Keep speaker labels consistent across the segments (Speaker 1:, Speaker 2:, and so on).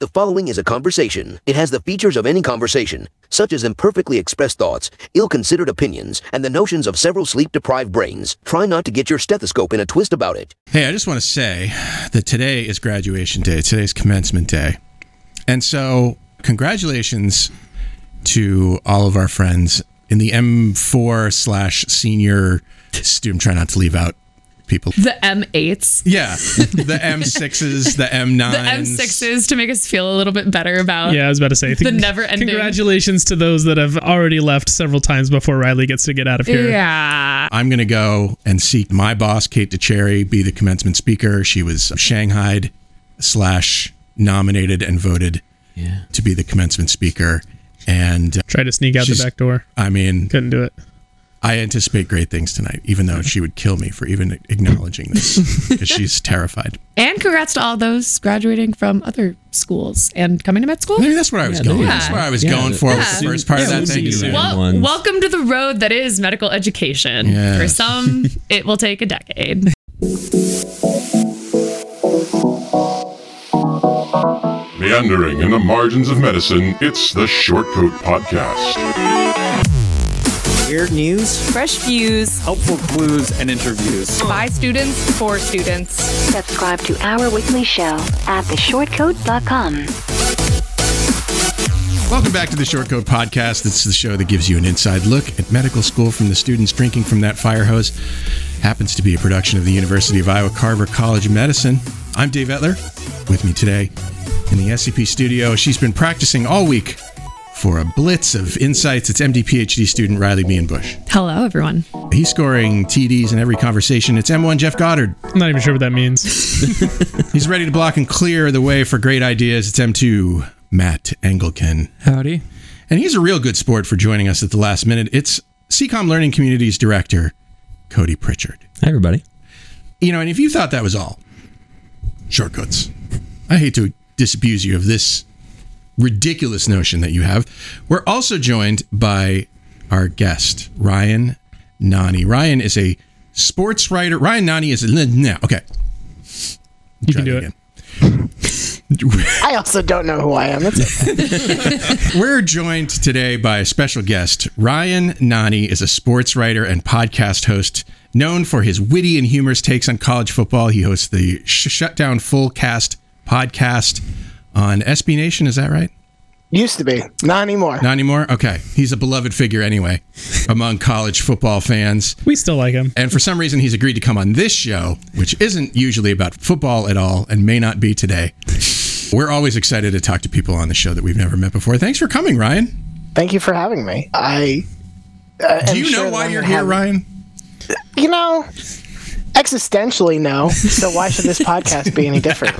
Speaker 1: The following is a conversation. It has the features of any conversation, such as imperfectly expressed thoughts, ill considered opinions, and the notions of several sleep deprived brains. Try not to get your stethoscope in a twist about it.
Speaker 2: Hey, I just want to say that today is graduation day. Today's commencement day. And so, congratulations to all of our friends in the M4 slash senior student. Try not to leave out people.
Speaker 3: The M8s,
Speaker 2: Yeah, the M6s, the M9s.
Speaker 3: the M6s to make us feel a little bit better about.
Speaker 4: Yeah, I was about to say.
Speaker 3: The never-ending-
Speaker 4: Congratulations to those that have already left several times before Riley gets to get out of here.
Speaker 3: Yeah.
Speaker 2: I'm going to go and seek my boss, Kate DeCherry, be the commencement speaker. She was Shanghaied slash nominated and voted to be the commencement speaker. And uh,
Speaker 4: Tried to sneak out
Speaker 2: She's-
Speaker 4: the back door.
Speaker 2: I mean,
Speaker 4: Couldn't do it.
Speaker 2: I anticipate great things tonight, even though she would kill me for even acknowledging this because she's terrified.
Speaker 3: And congrats to all those graduating from other schools and coming to med school.
Speaker 2: Maybe that's where I was
Speaker 5: Yeah,
Speaker 2: going.
Speaker 5: they-
Speaker 2: That's where I was
Speaker 5: yeah.
Speaker 2: going for with the
Speaker 5: Yeah.
Speaker 2: first part of
Speaker 5: Yeah,
Speaker 2: that.
Speaker 5: we'll
Speaker 2: Thank
Speaker 5: see
Speaker 2: you.
Speaker 5: you
Speaker 2: Sam.
Speaker 5: soon.
Speaker 3: Well,
Speaker 5: ones.
Speaker 3: welcome to the road that is medical education.
Speaker 2: Yeah.
Speaker 3: For some, it will take a decade.
Speaker 6: Meandering in the margins of medicine, it's the Shortcoat Podcast.
Speaker 7: Weird news,
Speaker 8: Fresh views
Speaker 7: helpful clues, and interviews.
Speaker 8: by students for students.
Speaker 9: Subscribe to our weekly show at theshortcode.com.
Speaker 2: Welcome back to the Short Code Podcast. It's the show that gives you an inside look at medical school from the students drinking from that fire hose. Happens to be a production of the University of Iowa Carver College of Medicine. I'm Dave Etler. With me today in the SCP studio, she's been practicing all week for a blitz of insights. It's MD PhD student Riley Meehan Bush.
Speaker 3: Hello, everyone.
Speaker 2: He's scoring TDs in every conversation. It's M1 Jeff Goddard.
Speaker 4: I'm not even sure what that means.
Speaker 2: He's ready to block and clear the way for great ideas. It's M2 Matt Engelken.
Speaker 5: Howdy.
Speaker 2: And he's a real good sport for joining us at the last minute. It's CCOM Learning Communities Director, Cody Pritchard.
Speaker 5: Hi, everybody.
Speaker 2: You know, and if you thought that was all, shortcuts. I hate to disabuse you of this ridiculous notion that you have. We're also joined by our guest, Ryan Nani. Ryan is a sports writer. Ryan Nani is a. No, okay.
Speaker 4: You
Speaker 2: Try
Speaker 4: can do
Speaker 2: that
Speaker 4: it.
Speaker 2: again.
Speaker 10: I also don't know who I am. That's okay.
Speaker 2: We're joined today by a special guest. Ryan Nani is a sports writer and podcast host known for his witty and humorous takes on college football. He hosts the Sh- Shutdown Full Cast podcast on SB Nation. Is that right?
Speaker 10: used to be, not anymore.
Speaker 2: Not anymore? Okay. He's a beloved figure anyway among college football fans.
Speaker 4: We still like him.
Speaker 2: And for some reason, he's agreed to come on this show, which isn't usually about football at all and may not be today. We're always excited to talk to people on the show that we've never met before. Thanks for coming, Ryan.
Speaker 10: Thank you for having me. I. Uh, am
Speaker 2: Do you
Speaker 10: sure
Speaker 2: know
Speaker 10: that
Speaker 2: why
Speaker 10: I'm
Speaker 2: you're
Speaker 10: gonna
Speaker 2: here,
Speaker 10: have-
Speaker 2: Ryan?
Speaker 10: You know, existentially, no. So why should this podcast be any different?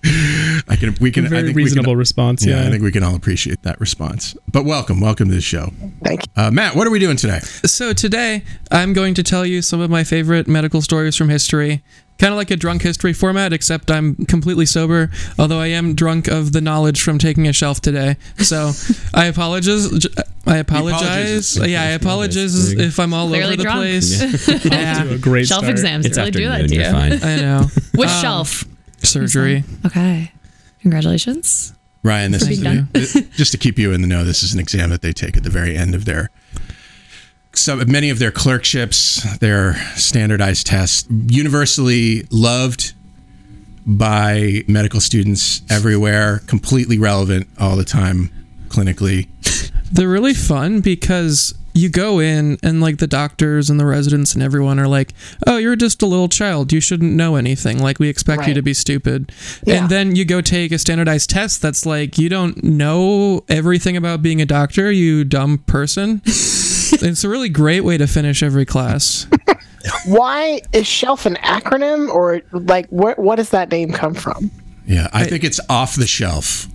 Speaker 2: I can. We can. I
Speaker 4: Very
Speaker 2: think
Speaker 4: reasonable
Speaker 2: We can,
Speaker 4: response.
Speaker 2: yeah,
Speaker 4: Yeah.
Speaker 2: I think we can all appreciate that response. But welcome, welcome to the show,
Speaker 10: Thank you.
Speaker 2: uh, Matt. What are we doing today?
Speaker 5: So, today I'm going to tell you some of my favorite medical stories from history. Kind of like a drunk history format, except I'm completely sober, although I am drunk of the knowledge from taking a shelf today. So, I apologize. j- I apologize.
Speaker 2: apologizes.
Speaker 5: Yeah, I apologize if I'm all
Speaker 3: Clearly
Speaker 5: over the
Speaker 3: drunk.
Speaker 5: place.
Speaker 4: Off to a great
Speaker 3: Shelf
Speaker 4: start.
Speaker 3: exams really do that to you.
Speaker 5: Yeah, I know.
Speaker 3: Which shelf?
Speaker 5: Surgery.
Speaker 3: Okay. Congratulations.
Speaker 2: Ryan, this is
Speaker 3: being done.
Speaker 2: th- just to keep you in the know. This is an exam that they take at the very end of their. So many of their clerkships, their standardized tests, universally loved by medical students everywhere, completely relevant all the time, clinically.
Speaker 5: They're really fun because you go in and like the doctors and the residents and everyone are like, "Oh, you're just a little child. You shouldn't know anything. Like we expect you
Speaker 10: Right.
Speaker 5: to be stupid."
Speaker 10: Yeah.
Speaker 5: And then you go take a standardized test that's like, "You don't know everything about being a doctor, you dumb person." it's a really great way to finish every class.
Speaker 10: Why is shelf an acronym or like what? What does that name come from?
Speaker 2: Yeah, I think it's off the shelf.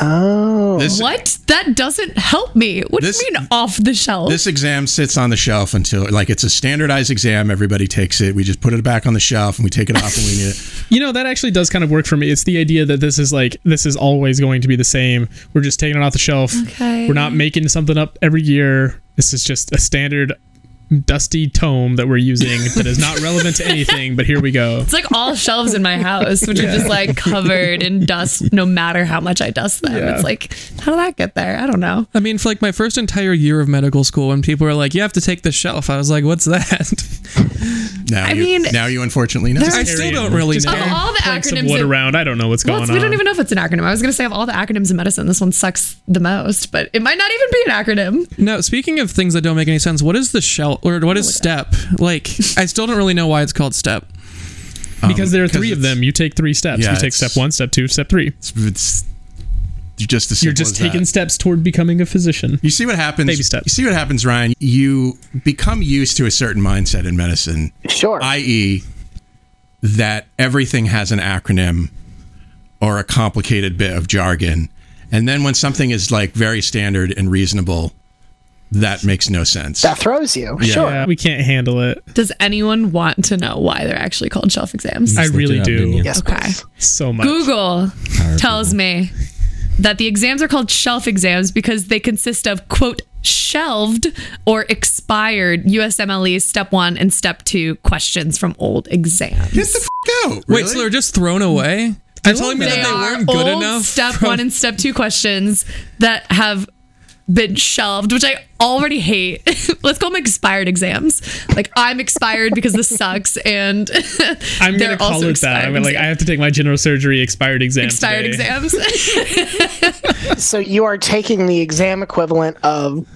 Speaker 2: Oh, this,
Speaker 3: What? That doesn't help me. What
Speaker 2: This-
Speaker 3: do you mean off the shelf?
Speaker 2: This exam sits on the shelf until, like, it's a standardized exam. Everybody takes it. We just put it back on the shelf and we take it off when we need it.
Speaker 4: You know, that actually does kind of work for me. It's the idea that this is like, this is always going to be the same. We're just taking it off the shelf.
Speaker 3: Okay.
Speaker 4: We're not making something up every year. This is just a standard dusty tome that we're using that is not relevant to anything, but here we go.
Speaker 11: It's like all shelves in my house, which are just like covered in dust, no matter how much I dust them.
Speaker 4: Yeah.
Speaker 11: It's like, how did that get there? I don't know.
Speaker 5: I mean, for like my first entire year of medical school, when people were like, "You have to take the shelf," I was like, "What's that?"
Speaker 2: Now
Speaker 11: I
Speaker 2: you,
Speaker 11: mean,
Speaker 2: now you unfortunately know.
Speaker 11: there's-
Speaker 5: I still don't really
Speaker 4: Just
Speaker 5: know.
Speaker 11: Of all the
Speaker 4: Playing some
Speaker 11: acronyms
Speaker 4: wood
Speaker 11: that-
Speaker 4: around. I don't know what's
Speaker 11: Well,
Speaker 4: going
Speaker 11: it's-
Speaker 4: on.
Speaker 11: we don't even know if it's an acronym. I was going to say, of all the acronyms in medicine, this one sucks the most, but it might not even be an acronym.
Speaker 5: No, speaking of things that don't make any sense, what is the shell or what
Speaker 11: Oh
Speaker 5: is step? Like, I still don't really know why it's called step.
Speaker 4: because there are Um, three of
Speaker 2: it's-
Speaker 4: them. You take three steps.
Speaker 2: Yeah,
Speaker 4: you take
Speaker 2: it's-
Speaker 4: step one, step two, step three.
Speaker 2: It's, it's- you're just as
Speaker 4: You're
Speaker 2: simple
Speaker 4: just
Speaker 2: as
Speaker 4: taking
Speaker 2: that.
Speaker 4: steps toward becoming a physician.
Speaker 2: You see what happens.
Speaker 4: Baby steps.
Speaker 2: You see what happens, Ryan. You become used to a certain mindset in medicine,
Speaker 10: Sure.
Speaker 2: i.e., that everything has an acronym or a complicated bit of jargon, and then when something is like very standard and reasonable, that makes no sense.
Speaker 10: that throws you. Sure.
Speaker 4: Yeah, we can't handle it.
Speaker 11: Does anyone want to know why they're actually called shelf exams?
Speaker 4: I
Speaker 12: looked
Speaker 4: really
Speaker 12: it up, didn't
Speaker 4: do.
Speaker 12: you?
Speaker 10: Yes.
Speaker 11: Okay.
Speaker 10: please.
Speaker 4: So much.
Speaker 11: Google tells me that the exams are called shelf exams because they consist of, quote, shelved or expired USMLE E step one and step two questions from old exams.
Speaker 2: Get the f- out.
Speaker 5: Wait,
Speaker 2: really?
Speaker 5: so they're just thrown away? They're telling me
Speaker 11: They
Speaker 5: that they
Speaker 11: are
Speaker 5: weren't good
Speaker 11: old
Speaker 5: enough.
Speaker 11: step
Speaker 5: from-
Speaker 11: one and step two questions that have been shelved, which I already hate. Let's call them expired exams. Like I'm expired because this sucks, and
Speaker 4: I'm
Speaker 11: they're
Speaker 4: gonna call
Speaker 11: also
Speaker 4: it that. I'm gonna, like, I have to take my general surgery expired exam.
Speaker 11: expired
Speaker 4: today.
Speaker 11: exams.
Speaker 10: So you are taking the exam equivalent of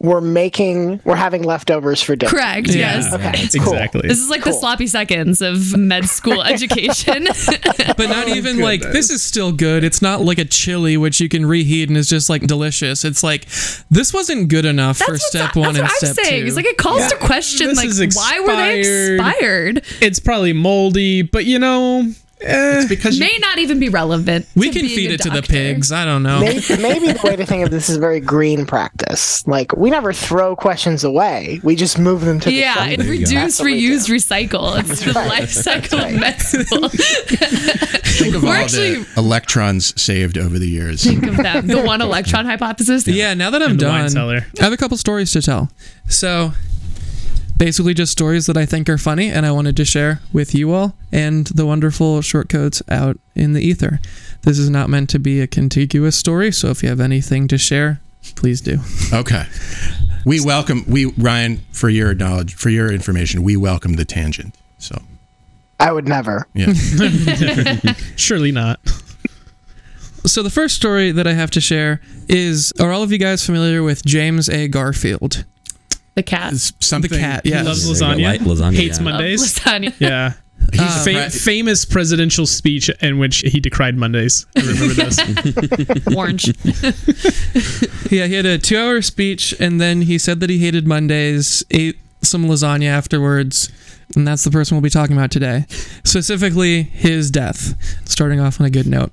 Speaker 10: we're making we're having leftovers for dinner.
Speaker 11: Correct. Yes.
Speaker 10: Okay. Cool.
Speaker 4: Exactly.
Speaker 11: This is like the
Speaker 10: Cool.
Speaker 11: sloppy seconds of med school education.
Speaker 5: but
Speaker 4: Oh,
Speaker 5: not even like this is still good. It's not like a chili which you can reheat and is just like delicious. It's like this wasn't good enough for
Speaker 11: what's not-
Speaker 5: step one
Speaker 11: that's
Speaker 5: and
Speaker 11: what
Speaker 5: step
Speaker 11: I'm saying.
Speaker 5: two.
Speaker 11: It's like it calls to question
Speaker 4: This
Speaker 11: like
Speaker 4: is
Speaker 11: why were they
Speaker 4: expired.
Speaker 11: expired?
Speaker 4: it's probably moldy, but you know, eh,
Speaker 2: because you,
Speaker 11: May not even be relevant.
Speaker 5: we
Speaker 11: to
Speaker 5: can
Speaker 11: being
Speaker 5: feed
Speaker 11: a
Speaker 5: it to the
Speaker 11: doctor.
Speaker 5: pigs. I don't know.
Speaker 10: Maybe, maybe the way to think of this is very green practice. Like we never throw questions away; we just move them to the
Speaker 11: Yeah,
Speaker 10: shelf.
Speaker 11: it's
Speaker 12: you go.
Speaker 11: reduce,
Speaker 10: That's what we
Speaker 11: reuse, recycle. It's the
Speaker 10: right.
Speaker 11: life cycle of med school.
Speaker 2: think of all
Speaker 11: we're actually-
Speaker 2: the electrons saved over the years.
Speaker 11: Think of that. The one electron hypothesis.
Speaker 5: Yeah, now that I'm
Speaker 4: the wine
Speaker 5: done,
Speaker 4: cellar.
Speaker 5: I have a couple stories to tell. So, basically, just stories that I think are funny and I wanted to share with you all and the wonderful short codes out in the ether. This is not meant to be a contiguous story, so if you have anything to share, please do.
Speaker 2: Okay. We welcome we Ryan for your knowledge for your information. We welcome the tangent. So
Speaker 10: I would never.
Speaker 2: yeah,
Speaker 4: surely not.
Speaker 5: So, the first story that I have to share is Are all of you guys familiar with James A. Garfield?
Speaker 11: The cat.
Speaker 2: It's something.
Speaker 5: The cat, yeah.
Speaker 4: Loves
Speaker 12: There you go,
Speaker 4: lasagna.
Speaker 12: light lasagna,
Speaker 4: Hates
Speaker 12: yeah.
Speaker 11: of
Speaker 4: Mondays.
Speaker 11: lasagna.
Speaker 4: Yeah.
Speaker 2: He's a
Speaker 4: Fa-
Speaker 2: pre-
Speaker 4: famous presidential speech in which he decried Mondays. I remember this.
Speaker 11: Orange.
Speaker 5: Yeah, he had a two hour speech and then he said that he hated Mondays, ate some lasagna afterwards, and that's the person we'll be talking about today. Specifically, his death. Starting off on a good note.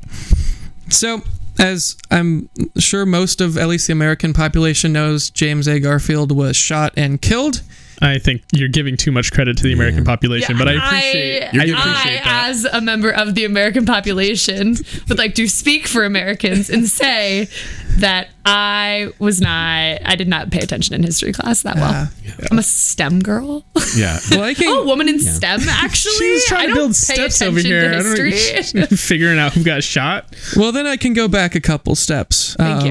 Speaker 5: So, as I'm sure most of at least the American population knows, James A. Garfield was shot and killed.
Speaker 4: I think you're giving too much credit to the American population, but I appreciate. I,
Speaker 11: I,
Speaker 4: appreciate that.
Speaker 11: as a member of the American population, would like to speak for Americans and say that I was not, I did not pay attention in history class that well. I'm a STEM girl.
Speaker 2: yeah.
Speaker 5: Liking,
Speaker 11: Oh, woman in STEM, actually.
Speaker 4: she was trying
Speaker 11: I
Speaker 4: to
Speaker 11: don't
Speaker 4: build
Speaker 11: pay
Speaker 4: steps over
Speaker 11: attention
Speaker 4: here.
Speaker 11: to
Speaker 4: I don't
Speaker 11: history.
Speaker 4: know, figuring out who got shot.
Speaker 5: Well, then I can go back a couple steps. Um,
Speaker 11: Thank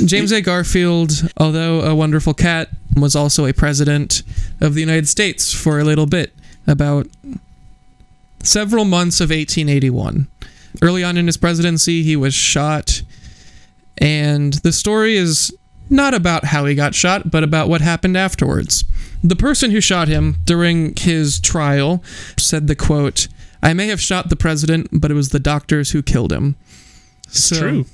Speaker 11: you.
Speaker 5: James A. Garfield, although a wonderful cat, was also a president of the United States for a little bit, about several months of 1881. Early on in his presidency, he was shot, and the story is not about how he got shot, but about what happened afterwards. The person who shot him during his trial said the quote, I may have shot the president, but it was the doctors who killed him. so,
Speaker 4: True.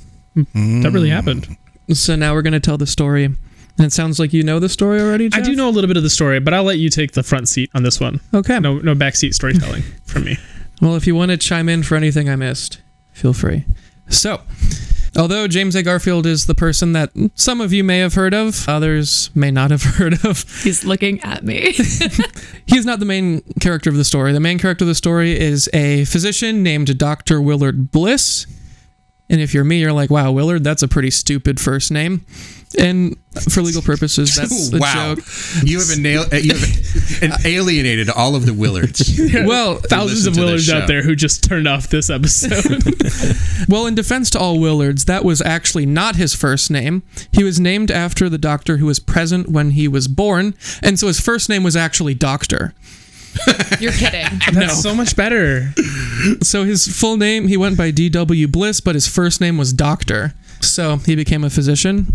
Speaker 4: That really happened.
Speaker 5: so now we're going to tell the story. And it sounds like you know the story already,
Speaker 4: I
Speaker 5: Jeff?
Speaker 4: do know a little bit of the story, but I'll let you take the front seat on this one.
Speaker 5: Okay.
Speaker 4: No, no backseat storytelling from me.
Speaker 5: Well, if you want to chime in for anything I missed, feel free. So, although James A. Garfield is the person that some of you may have heard of, others may not have heard of,
Speaker 11: He's looking at me.
Speaker 5: he's not the main character of the story. The main character of the story is a physician named Dr. Willard Bliss. And if you're me, you're like, wow, Willard, that's a pretty stupid first name. And for legal purposes, that's a
Speaker 2: wow.
Speaker 5: joke.
Speaker 2: You have, a nail, uh, you have an alienated all of the Willards.
Speaker 5: Well,
Speaker 4: Thousands
Speaker 2: listen
Speaker 4: of
Speaker 2: to this
Speaker 4: Willards
Speaker 2: show.
Speaker 4: out there who just turned off this episode.
Speaker 5: Well, in defense to all Willards, that was actually not his first name. He was named after the doctor who was present when he was born, and so his first name was actually Doctor.
Speaker 11: You're kidding.
Speaker 4: That's so much better.
Speaker 5: So his full name, he went by D.W. Bliss, but his first name was Doctor. So he became a physician.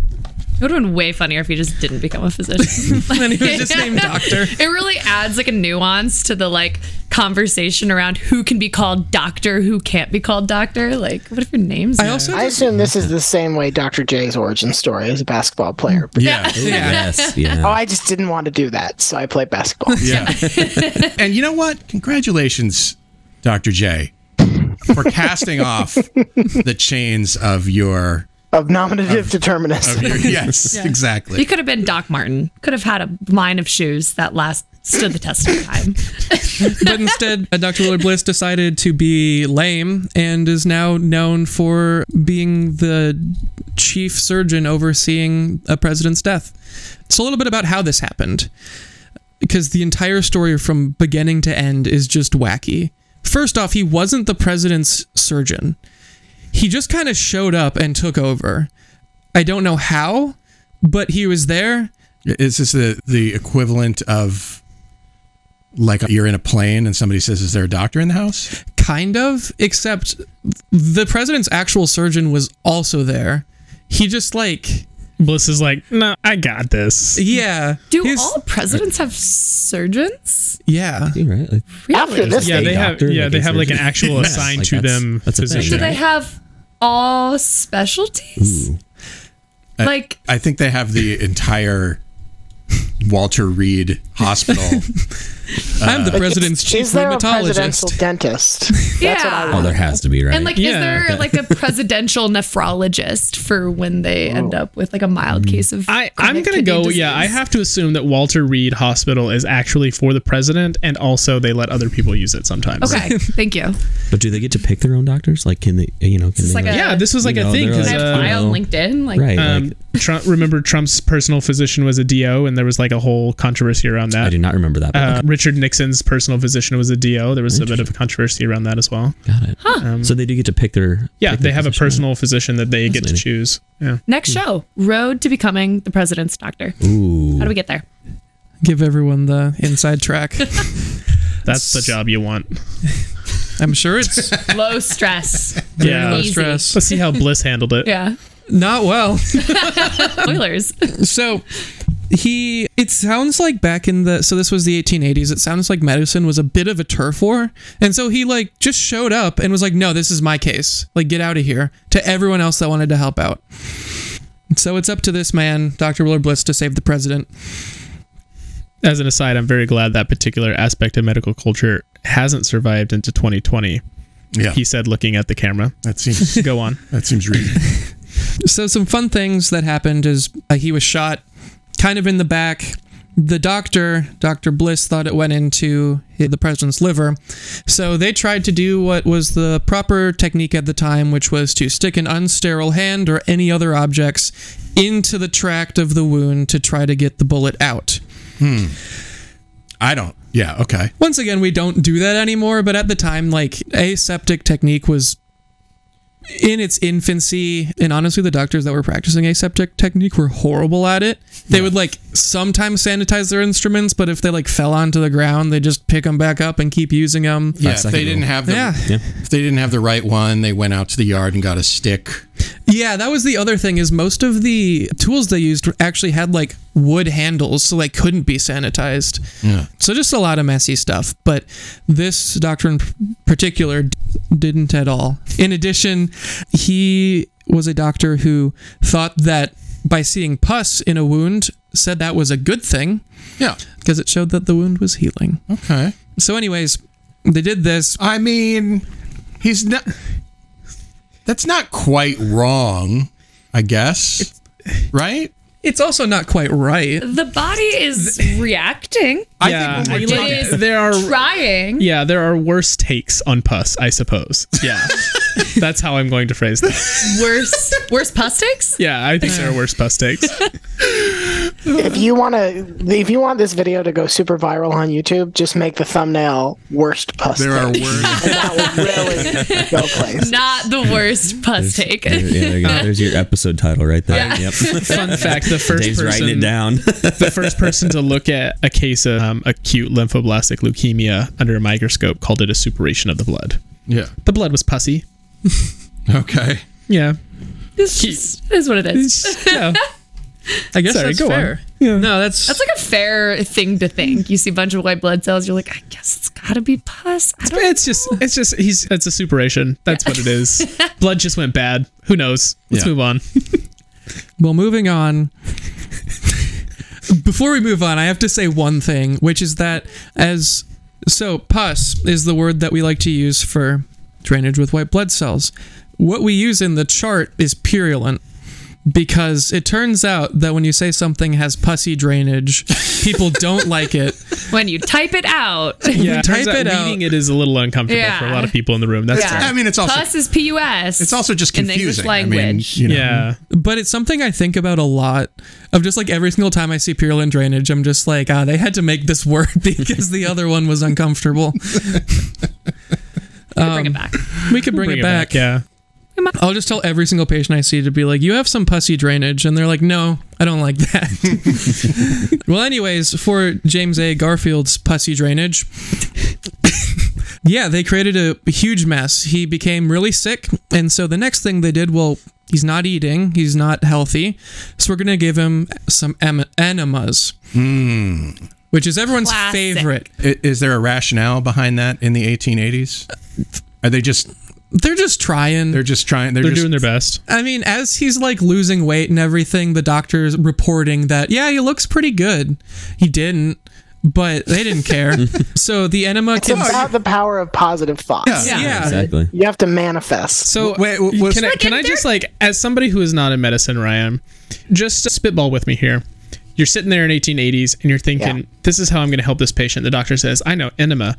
Speaker 11: It would have been way funnier if he just didn't become a physician.
Speaker 5: And then he was just named Doctor.
Speaker 11: It really adds like a nuance to the like conversation around who can be called doctor, who can't be called doctor. Like, what if your name's
Speaker 5: I
Speaker 11: not-
Speaker 5: also
Speaker 10: I assume this is the same way Dr. J's origin story as a basketball player. But
Speaker 2: Yeah.
Speaker 12: Ooh, yes. Yeah.
Speaker 10: Oh, I just didn't want to do that, so I play basketball.
Speaker 2: Yeah. and you know what? Congratulations, Dr. J, for casting off the chains of your.
Speaker 10: Of nominative determinants.
Speaker 2: Of your yes,
Speaker 11: He
Speaker 2: exactly.
Speaker 11: could have been Doc Martin. Could have had a line of shoes that last stood the test of time.
Speaker 5: but instead, uh, Dr. Willard Bliss decided to be lame and is now known for being the chief surgeon overseeing a president's death. So, a little bit about how this happened, because the entire story from beginning to end is just wacky. First off, he wasn't the president's surgeon, he just kind of showed up and took over. I don't know how, but he was there.
Speaker 2: Is this the, the equivalent of like you're in a plane and somebody says, Is there a doctor in the house?
Speaker 5: kind of except the president's actual surgeon was also there he just like
Speaker 4: Bliss is like, no, I got this.
Speaker 5: yeah
Speaker 11: Do
Speaker 5: He's-
Speaker 11: all presidents have surgeons?
Speaker 5: yeah
Speaker 12: You're right. Like,
Speaker 10: After this,
Speaker 4: Yeah,
Speaker 12: a
Speaker 4: they have-
Speaker 12: doctor,
Speaker 4: yeah, they
Speaker 12: a
Speaker 4: have, like, an
Speaker 12: surgeon.
Speaker 4: actual assigned to
Speaker 12: that's-
Speaker 4: them
Speaker 12: that's a thing,
Speaker 4: physician.
Speaker 11: Do they
Speaker 12: right?
Speaker 11: have all specialties?
Speaker 2: I-
Speaker 11: Like
Speaker 2: I think they have the entire Walter Reed Hospital.
Speaker 5: i'm the president's chief
Speaker 10: is there a presidential
Speaker 5: rheumatologist
Speaker 10: dentist? That's what I
Speaker 11: Yeah.
Speaker 12: Oh, there has to be, right?
Speaker 11: And like, is
Speaker 4: Yeah.
Speaker 11: there like a presidential nephrologist for when they end up with like a mild
Speaker 12: Mm.
Speaker 11: case of?
Speaker 4: Oh. I,
Speaker 11: chronic
Speaker 4: I'm gonna
Speaker 11: kidney
Speaker 4: go.
Speaker 11: disease?
Speaker 4: Yeah, I have to assume that Walter Reed Hospital is actually for the president, and also they let other people use it sometimes.
Speaker 11: Okay, thank you.
Speaker 12: but do they get to pick their own doctors? Like, can they? You know, can
Speaker 11: It's
Speaker 12: they?
Speaker 11: like
Speaker 12: like,
Speaker 11: a-
Speaker 4: Yeah, this was like
Speaker 12: You
Speaker 4: a
Speaker 12: know,
Speaker 4: thing
Speaker 12: they're
Speaker 4: because
Speaker 11: I
Speaker 12: like,
Speaker 11: have
Speaker 12: uh,
Speaker 11: apply on
Speaker 12: no.
Speaker 11: LinkedIn. Like,
Speaker 12: right?
Speaker 4: um,
Speaker 12: like,
Speaker 4: Trump. Remember Trump's personal physician was a DO, and there was like a whole controversy around
Speaker 12: I
Speaker 4: that.
Speaker 12: do not remember that. But
Speaker 4: Uh, Richard Nixon's personal physician was a DO. There was a bit of controversy around that as well. Um,
Speaker 12: got it. so they do get to pick their.
Speaker 4: Yeah,
Speaker 12: pick
Speaker 4: they
Speaker 12: their
Speaker 4: have a
Speaker 12: physician.
Speaker 4: personal physician that they get to
Speaker 12: Fascinating.
Speaker 4: choose. Yeah.
Speaker 11: Next show, Road to Becoming the President's Doctor.
Speaker 12: Ooh.
Speaker 11: How do we get there?
Speaker 5: give everyone the inside track
Speaker 4: That's the job you want.
Speaker 5: i'm sure it's
Speaker 11: Low stress.
Speaker 4: Yeah.
Speaker 5: low
Speaker 11: Easy.
Speaker 5: stress
Speaker 4: Let's see how Bliss handled it.
Speaker 11: Yeah.
Speaker 5: not well
Speaker 11: Spoilers.
Speaker 5: so he it sounds like back in the so this was the 1880s it sounds like medicine was a bit of a turf war and so he like just showed up and was like no this is my case like get out of here to everyone else that wanted to help out so it's up to this man dr willard bliss to save the president
Speaker 4: As an aside, I'm very glad that particular aspect of medical culture hasn't survived into 2020.
Speaker 2: yeah.
Speaker 4: He said, looking at the camera.
Speaker 2: That seems
Speaker 4: Go on.
Speaker 2: that seems reasonable.
Speaker 5: so some fun things that happened is uh, he was shot kind of in the back the doctor dr bliss thought it went into hi- the president's liver so they tried to do what was the proper technique at the time which was to stick an unsterile hand or any other objects into the tract of the wound to try to get the bullet out
Speaker 2: I don't. Yeah. Okay.
Speaker 5: once again we don't do that anymore but at the time like aseptic technique was in its infancy and honestly the doctors that were practicing aseptic technique were horrible at it they would like sometimes sanitize their instruments but if they like fell onto the ground they just pick them back up and keep using them
Speaker 2: Yeah. If
Speaker 12: second
Speaker 2: they didn't
Speaker 12: rule.
Speaker 2: have the
Speaker 5: Yeah.
Speaker 12: Yeah.
Speaker 2: if they didn't have the right one, they went out to the yard and got a stick.
Speaker 5: Yeah, that was the other thing is most of the tools they used actually had like wood handles, so they couldn't be sanitized.
Speaker 2: Yeah.
Speaker 5: So just a lot of messy stuff. But this doctor in particular d- didn't at all. In addition, he was a doctor who thought that by seeing pus in a wound, said that was a good thing
Speaker 2: Yeah.
Speaker 5: because it showed that the wound was healing.
Speaker 2: Okay.
Speaker 5: So, anyways, they did this.
Speaker 2: I mean, he's not. That's not quite wrong, I guess. Right?
Speaker 5: It's also not quite right.
Speaker 11: The body is reacting,
Speaker 4: yeah,
Speaker 2: we're
Speaker 4: I
Speaker 11: talking-
Speaker 4: like- there are
Speaker 11: trying.
Speaker 4: yeah, there are worse takes on pus, I suppose. Yeah. That's how I'm going to phrase that.
Speaker 11: worse, worse pus takes?
Speaker 4: Yeah, I think there are worse bus takes.
Speaker 10: if you want to, if you want this video to go super viral on YouTube, just make the thumbnail worst pus.
Speaker 2: There are worse.
Speaker 11: Not the worst pus take.
Speaker 12: There- yeah, there you go. There's your episode title right there. Yep.
Speaker 4: Fun fact: the first
Speaker 12: Dave's
Speaker 4: person
Speaker 12: writing it down.
Speaker 4: the first person to look at a case of um, acute lymphoblastic leukemia under a microscope called it a suppuration of the blood.
Speaker 2: Yeah.
Speaker 4: The blood was pussy.
Speaker 2: Okay.
Speaker 4: Yeah.
Speaker 11: This is- is what it is.
Speaker 4: Yeah.
Speaker 5: I guess
Speaker 11: Sorry,
Speaker 5: that's
Speaker 11: go on.
Speaker 5: fair. No, that's
Speaker 11: That's like a fair thing to think. You see a bunch of white blood cells, you're like, I guess it's gotta be pus. I don't
Speaker 4: It's just, it's just, he's, it's a suppuration. That's what it is. Blood just went bad. Who knows? Let's
Speaker 5: Yeah.
Speaker 4: move on.
Speaker 5: Well, moving on. Before we move on, I have to say one thing, which is that as so, pus is the word that we like to use for drainage with white blood cells. What we use in the chart is purulent because it turns out that when you say something has pussy drainage, people don't like it.
Speaker 11: When you type it out.
Speaker 4: Yeah, it turns
Speaker 5: Type
Speaker 4: out
Speaker 5: it out.
Speaker 4: reading it is a little uncomfortable for a lot of
Speaker 11: Yeah.
Speaker 4: people in the room. That's
Speaker 11: Yeah.
Speaker 4: fair.
Speaker 2: I mean, it's also
Speaker 11: pus is pus.
Speaker 2: it's also just
Speaker 11: in the English
Speaker 2: confusing. I
Speaker 11: language.
Speaker 2: mean, you know,
Speaker 4: yeah.
Speaker 5: But it's something I think about a lot. Of just like every single time I see purulent drainage, I'm just like, ah, they had to make this word because the other one was uncomfortable.
Speaker 11: We'll bring it back.
Speaker 5: We could bring, it, back.
Speaker 4: Yeah.
Speaker 5: I'll just tell every single patient I see to be like, you have some pussy drainage. And they're like, no, I don't like that. well, anyways, for James A. Garfield's pussy drainage, yeah, they created a huge mess. He became really sick. And so the next thing they did, well, he's not eating, he's not healthy. So we're going to give him some em- enemas, which is everyone's
Speaker 11: Classic.
Speaker 5: favorite.
Speaker 2: I- is there a rationale behind that in the 1880s? Are they just
Speaker 5: They're just trying.
Speaker 2: they're just trying they're,
Speaker 4: They're
Speaker 2: just
Speaker 4: doing their best.
Speaker 5: I mean, as he's like losing weight and everything, the doctor's reporting that, yeah, he looks pretty good. He didn't, but they didn't care. so the enema
Speaker 10: It's
Speaker 5: can.
Speaker 10: about the power of positive thoughts.
Speaker 2: yeah.
Speaker 5: yeah.
Speaker 12: Exactly.
Speaker 10: You have to manifest.
Speaker 4: So
Speaker 2: Wait, w- was-
Speaker 4: can I, can I just like, as somebody who is not in medicine, Ryan, just spitball with me here. You're sitting there in 1880s and you're thinking,
Speaker 10: Yeah.
Speaker 4: this is how I'm going to help this patient. The doctor says, I know enema.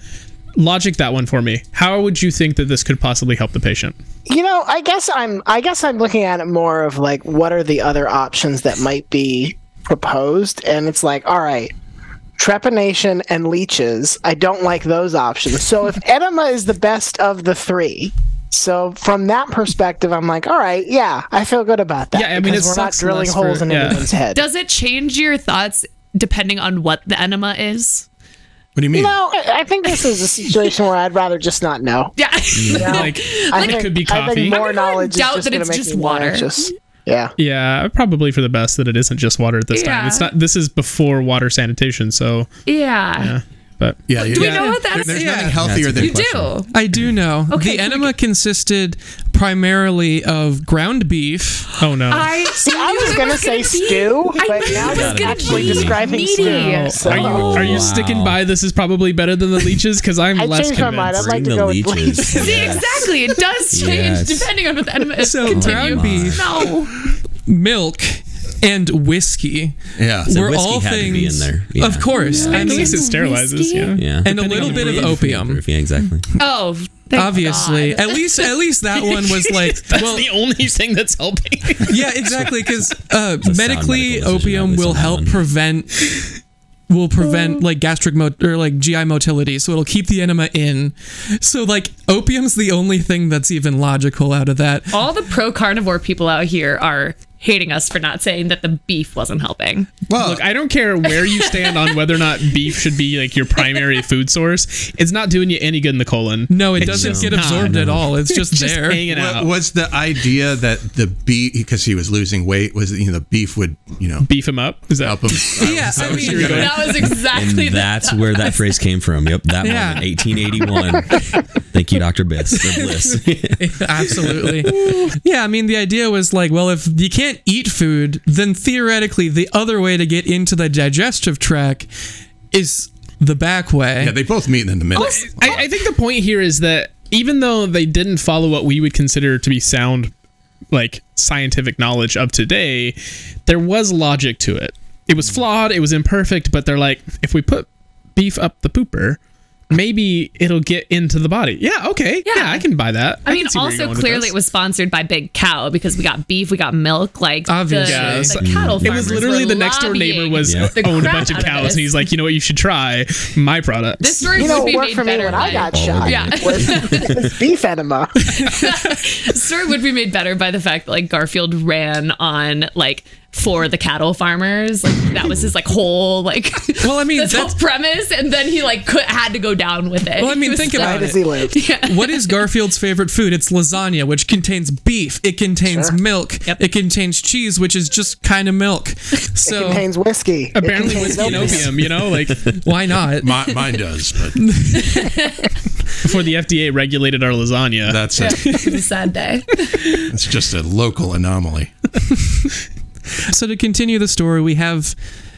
Speaker 4: Logic that one for me. How would you think that this could possibly help the patient?
Speaker 10: You know, I guess I'm I guess I'm looking at it more of like what are the other options that might be proposed and it's like, all right, trepanation and leeches, I don't like those options. So if enema is the best of the three, so from that perspective I'm like, all right, yeah, I feel good about that.
Speaker 4: Yeah, I mean,
Speaker 10: because
Speaker 4: it
Speaker 10: we're not
Speaker 4: sucks
Speaker 10: drilling
Speaker 4: less
Speaker 10: holes
Speaker 4: for-
Speaker 10: in
Speaker 4: yeah.
Speaker 10: anyone's head.
Speaker 11: Does it change your thoughts depending on what the enema is?
Speaker 2: What do you mean?
Speaker 10: no, I I think this is a situation where I'd rather just not know.
Speaker 11: Yeah.
Speaker 4: Like,
Speaker 10: I
Speaker 4: it
Speaker 10: think,
Speaker 4: could be
Speaker 10: I
Speaker 4: coffee.
Speaker 10: think more
Speaker 11: I'm gonna
Speaker 10: knowledge
Speaker 11: doubt
Speaker 10: is
Speaker 11: that
Speaker 10: just going
Speaker 11: it's
Speaker 10: to make
Speaker 11: just
Speaker 10: me more
Speaker 11: water.
Speaker 10: anxious. Yeah.
Speaker 4: yeah, probably for the best that it isn't just water at this time.
Speaker 11: Yeah.
Speaker 4: It's not. This is before water sanitation, so
Speaker 11: yeah.
Speaker 4: yeah. But
Speaker 2: yeah, yeah.
Speaker 11: Do we know what that
Speaker 2: There-
Speaker 11: is?
Speaker 2: There's
Speaker 5: Yeah.
Speaker 2: nothing healthier
Speaker 12: That's a
Speaker 2: than
Speaker 12: good
Speaker 11: You do.
Speaker 5: I do know.
Speaker 11: Okay,
Speaker 5: the
Speaker 11: can we
Speaker 5: enema consisted primarily of ground beef.
Speaker 4: oh no,
Speaker 11: I
Speaker 10: See, I was gonna say stew, but now
Speaker 11: was
Speaker 10: you're
Speaker 11: gonna
Speaker 10: actually
Speaker 12: be
Speaker 10: describing
Speaker 11: meaty.
Speaker 10: stew. So
Speaker 4: are you are you
Speaker 12: wow.
Speaker 4: sticking by this is probably better than the leeches? Because I'm
Speaker 10: I
Speaker 4: less
Speaker 10: changed my mind. I'd
Speaker 4: convinced.
Speaker 10: like
Speaker 12: Bring
Speaker 10: to
Speaker 12: the
Speaker 10: go with
Speaker 12: leeches.
Speaker 10: leeches.
Speaker 11: See, exactly. It does change
Speaker 12: Yes.
Speaker 11: depending on what the enema is.
Speaker 5: So
Speaker 11: Continue.
Speaker 5: ground beef,
Speaker 11: No.
Speaker 5: milk, and whiskey
Speaker 2: Yeah.
Speaker 12: So
Speaker 5: were
Speaker 12: whiskey
Speaker 5: all
Speaker 12: had
Speaker 5: things.
Speaker 12: to be in there. Yeah.
Speaker 5: Of course. I
Speaker 4: At
Speaker 5: mean,
Speaker 4: least it sterilizes. Yeah.
Speaker 12: Yeah.
Speaker 5: and a little bit of opium.
Speaker 12: Yeah, exactly.
Speaker 11: Oh, thank
Speaker 5: Obviously,
Speaker 11: God.
Speaker 5: at least at least that one was like
Speaker 4: That's
Speaker 5: well,
Speaker 4: the only thing that's helping.
Speaker 5: yeah, exactly. Because uh,
Speaker 12: sound
Speaker 5: medically,
Speaker 12: medical decision,
Speaker 5: opium
Speaker 12: at least
Speaker 5: will
Speaker 12: on that
Speaker 5: help
Speaker 12: one.
Speaker 5: prevent will prevent like gastric mot- or like GI motility. So it'll keep the enema in. So like opium's the only thing that's even logical out of that.
Speaker 11: all the pro carnivore people out here are hating us for not saying that the beef wasn't helping.
Speaker 2: Well,
Speaker 4: Look, I don't care where you stand on whether or not beef should be like your primary food source. It's not doing you any good in the colon.
Speaker 5: No, it doesn't get absorbed at all. It's just,
Speaker 4: Just
Speaker 5: there.
Speaker 4: hanging
Speaker 2: wa-
Speaker 4: out.
Speaker 2: was the idea that the beef because he was losing weight was that, you know the beef would you know
Speaker 4: Beef him up. Is that
Speaker 2: help him?
Speaker 5: Yeah, I mean,
Speaker 4: you're going-
Speaker 11: That was exactly
Speaker 12: And
Speaker 11: that.
Speaker 12: that's where that phrase came from. Yep, that
Speaker 5: Yeah.
Speaker 12: moment, 1881. Thank you, Doctor Biss. or Bliss.
Speaker 5: Absolutely. yeah, I mean, the idea was like, well, if you can't eat food, then theoretically the other way to get into the digestive tract is the back way.
Speaker 2: yeah, they both meet in the middle.
Speaker 11: Oh,
Speaker 4: I, I think the point here is that even though they didn't follow what we would consider to be sound, like scientific knowledge of today, there was logic to it. It was flawed. It was imperfect. But they're like, if we put beef up the pooper, maybe it'll get into the body. Yeah, okay. Yeah, I can buy that.
Speaker 11: I, mean,
Speaker 4: can see where you're
Speaker 11: also
Speaker 4: going with
Speaker 11: clearly
Speaker 4: this.
Speaker 11: it was sponsored by Big Cow because we got beef, we got milk, like
Speaker 4: Obviously.
Speaker 11: the,
Speaker 4: Yeah,
Speaker 11: the
Speaker 4: so-
Speaker 11: cattle
Speaker 4: It was
Speaker 11: farmers
Speaker 4: literally
Speaker 11: were
Speaker 4: the next door
Speaker 11: lobbying
Speaker 4: neighbor was
Speaker 11: the
Speaker 4: owned a
Speaker 11: crap
Speaker 4: bunch of
Speaker 11: out
Speaker 4: cows,
Speaker 11: this.
Speaker 4: and he's like, you know what, you should try my product.
Speaker 11: This story
Speaker 10: You know
Speaker 11: would
Speaker 10: what
Speaker 11: be
Speaker 10: worked
Speaker 11: made
Speaker 10: for me
Speaker 11: better.
Speaker 10: when I
Speaker 11: by-
Speaker 10: got shot?
Speaker 11: Yeah,
Speaker 10: was beef enema.
Speaker 11: story would be made better by the fact that like Garfield ran on like for the cattle farmers. Like that was his like whole like
Speaker 5: well, I mean
Speaker 11: this whole premise, and then he like could, had to go down with it.
Speaker 5: Well, I
Speaker 11: He
Speaker 5: mean,
Speaker 11: was
Speaker 5: think
Speaker 11: stuck
Speaker 5: about
Speaker 11: in
Speaker 5: it. What is Garfield's favorite food? It's lasagna, which contains beef. It contains
Speaker 10: Sure.
Speaker 5: milk. It contains cheese, which is just kind of milk. So
Speaker 10: it contains whiskey. It
Speaker 4: Apparently,
Speaker 10: contains
Speaker 4: whiskey and
Speaker 10: opium.
Speaker 4: opium, you know, like
Speaker 5: why not?
Speaker 2: My, mine does, but
Speaker 4: before the FDA regulated our lasagna.
Speaker 2: that's a,
Speaker 11: it was a sad day.
Speaker 2: it's just a local anomaly.
Speaker 5: so to continue the story, we have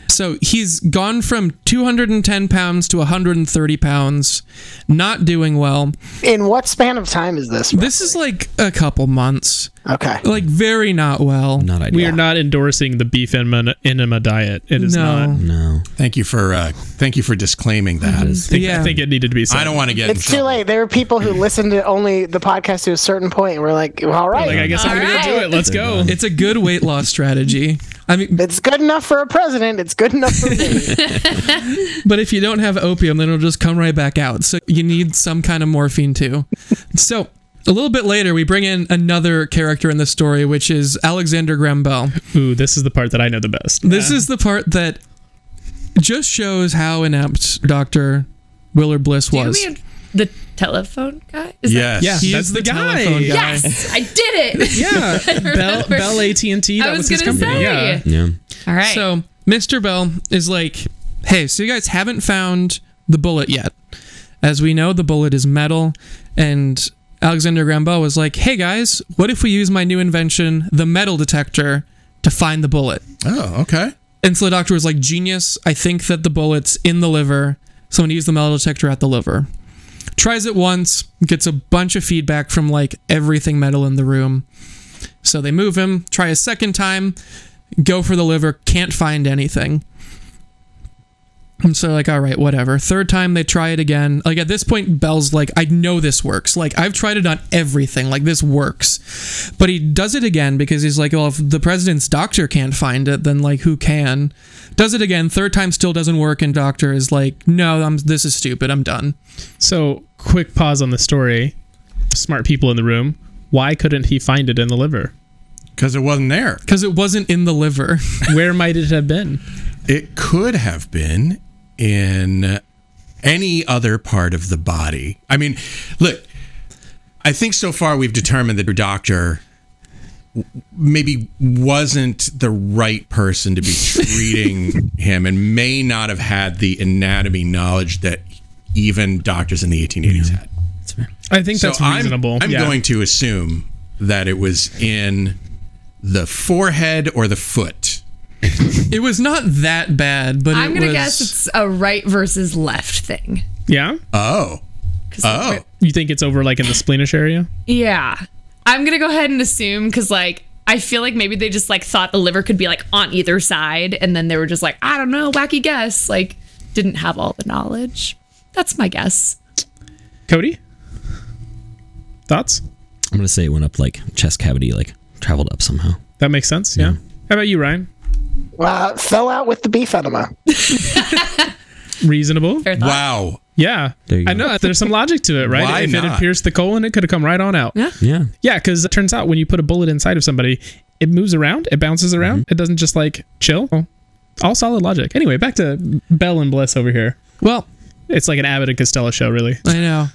Speaker 5: so he's gone from 210 pounds to 130 pounds, not doing well.
Speaker 10: In what span of time is this?
Speaker 5: This is like a couple months,
Speaker 10: Okay.
Speaker 5: like very not well.
Speaker 12: Not ideal.
Speaker 4: We are not endorsing the beef enema, enema diet. It is
Speaker 5: No.
Speaker 4: not.
Speaker 12: no.
Speaker 2: Thank you for uh, thank you for disclaiming that.
Speaker 4: I think,
Speaker 5: Yeah.
Speaker 4: I think it needed to be said.
Speaker 2: I don't want to get
Speaker 10: It's
Speaker 2: in
Speaker 10: too
Speaker 2: trouble.
Speaker 10: late. There were people who listened to only the podcast to a certain point and were like, well, all right.
Speaker 4: Like, I guess I'm going to
Speaker 11: Alright.
Speaker 4: do it. Let's go.
Speaker 5: Oh, It's a good weight loss strategy. I mean,
Speaker 10: it's good enough for a president. It's good enough for me.
Speaker 5: But if you don't have opium, then it'll just come right back out. So you need some kind of morphine too. so a little bit later, we bring in another character in the story, which is Alexander Graham Bell.
Speaker 4: Ooh, this is the part that I know the best.
Speaker 5: This is the part that just shows how inept Dr. Willard Bliss
Speaker 11: Do
Speaker 5: was.
Speaker 11: we have the telephone guy? Is
Speaker 2: Yes.
Speaker 11: that-
Speaker 4: yeah,
Speaker 5: He's
Speaker 4: that's
Speaker 5: the
Speaker 4: the, guy.
Speaker 5: telephone guy.
Speaker 11: yes, I did it.
Speaker 4: Yeah, Bell,
Speaker 11: remember.
Speaker 4: Bell AT and T.
Speaker 11: I
Speaker 4: That
Speaker 11: was
Speaker 4: was, his
Speaker 11: gonna
Speaker 4: company.
Speaker 11: say.
Speaker 4: Yeah.
Speaker 12: Yeah.
Speaker 11: All right.
Speaker 5: So Mr. Bell is like, hey, so you guys haven't found the bullet yet. As we know, the bullet is metal. And Alexander Graham Bell was like, hey guys, what if we use my new invention, the metal detector, to find the bullet?
Speaker 2: Oh, okay.
Speaker 5: And so the doctor was like, genius, I think that the bullet's in the liver. So I'm going to use the metal detector at the liver. Tries it once, gets a bunch of feedback from like everything metal in the room. So they move him, try a second time, go for the liver, can't find anything. And so, like, all right, whatever. Third time they try it again. Like, at this point, Bell's like, I know this works. Like, I've tried it on everything. Like, this works. But he does it again because he's like, well, if the president's doctor can't find it, then, like, who can? Does it again. Third time still doesn't work. And doctor is like, no, I'm, this is stupid. I'm done.
Speaker 4: So, quick pause on the story. Smart people in the room. Why couldn't he find it in the liver?
Speaker 2: Because it wasn't there.
Speaker 5: Because it wasn't in the liver.
Speaker 4: Where might it have been?
Speaker 2: It could have been in any other part of the body. I mean, look, I think so far we've determined that your doctor w- maybe wasn't the right person to be treating him and may not have had the anatomy knowledge that even doctors in the 1880s had.
Speaker 4: I think that's
Speaker 2: I'm-
Speaker 4: reasonable.
Speaker 2: I'm,
Speaker 4: Yeah.
Speaker 2: going to assume that it was in the forehead or the foot.
Speaker 5: it was not that bad, but
Speaker 11: I'm
Speaker 5: it
Speaker 11: gonna
Speaker 5: was-
Speaker 11: guess it's a right versus left thing.
Speaker 4: Yeah.
Speaker 2: Oh. Oh.
Speaker 4: You think it's over like in the spleenish area?
Speaker 11: Yeah. I'm going to go ahead and assume because, like, I feel like maybe they just, like, thought the liver could be, like, on either side. And then they were just like, I don't know, wacky guess. Like, didn't have all the knowledge. That's my guess.
Speaker 4: Cody. Thoughts?
Speaker 12: I'm gonna say it went up like chest cavity, like traveled up somehow.
Speaker 4: That makes sense. Yeah. How about you, Ryan?
Speaker 10: Well, uh, fell out with the beef enema.
Speaker 4: Reasonable.
Speaker 11: Fair thought.
Speaker 2: Wow.
Speaker 4: Yeah.
Speaker 12: There you
Speaker 4: I
Speaker 12: go.
Speaker 4: know there's some logic to it, right?
Speaker 2: Why
Speaker 4: if it
Speaker 2: not?
Speaker 4: had pierced the colon, it could have come right on out. Yeah.
Speaker 12: Yeah.
Speaker 4: Yeah, because it turns out when you put a bullet inside of somebody, it moves around, it bounces around,
Speaker 12: Mm-hmm.
Speaker 4: it doesn't just like chill. All solid logic. Anyway, back to Bell and Bliss over here.
Speaker 5: Well,
Speaker 4: It's like an Abbott and Costello show, really.
Speaker 5: I know.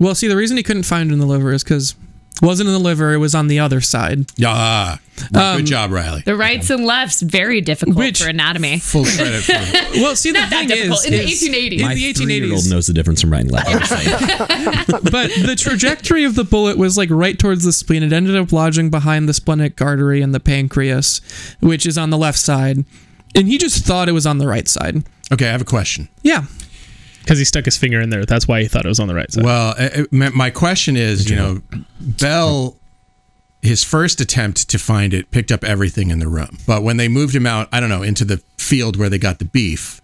Speaker 5: Well, see, the reason he couldn't find it in the liver is because wasn't in the liver; it was on the other side.
Speaker 2: Yeah. Ah.
Speaker 4: Um,
Speaker 2: Good job, Riley.
Speaker 11: The rights and lefts, very difficult
Speaker 5: Which-
Speaker 11: for anatomy.
Speaker 2: Full credit for
Speaker 5: Well, see, the
Speaker 11: Not that
Speaker 5: thing
Speaker 11: difficult.
Speaker 5: is,
Speaker 11: In the
Speaker 5: is-
Speaker 11: 1880s.
Speaker 5: in
Speaker 12: My
Speaker 5: the
Speaker 12: 3-year-old
Speaker 5: 1880s,
Speaker 12: knows the difference from right and left. I'm just saying.
Speaker 5: but the trajectory of the bullet was like right towards the spleen. It ended up lodging behind the splenic artery and the pancreas, which is on the left side, and he just thought it was on the right side.
Speaker 2: Okay, I have a question.
Speaker 5: Yeah,
Speaker 4: Because he stuck his finger in there. That's why he thought it was on the right side.
Speaker 2: Well, uh, uh, my my question is, you know, Bell, his first attempt to find it picked up everything in the room, but when they moved him out, I don't know, into the field where they got the beef,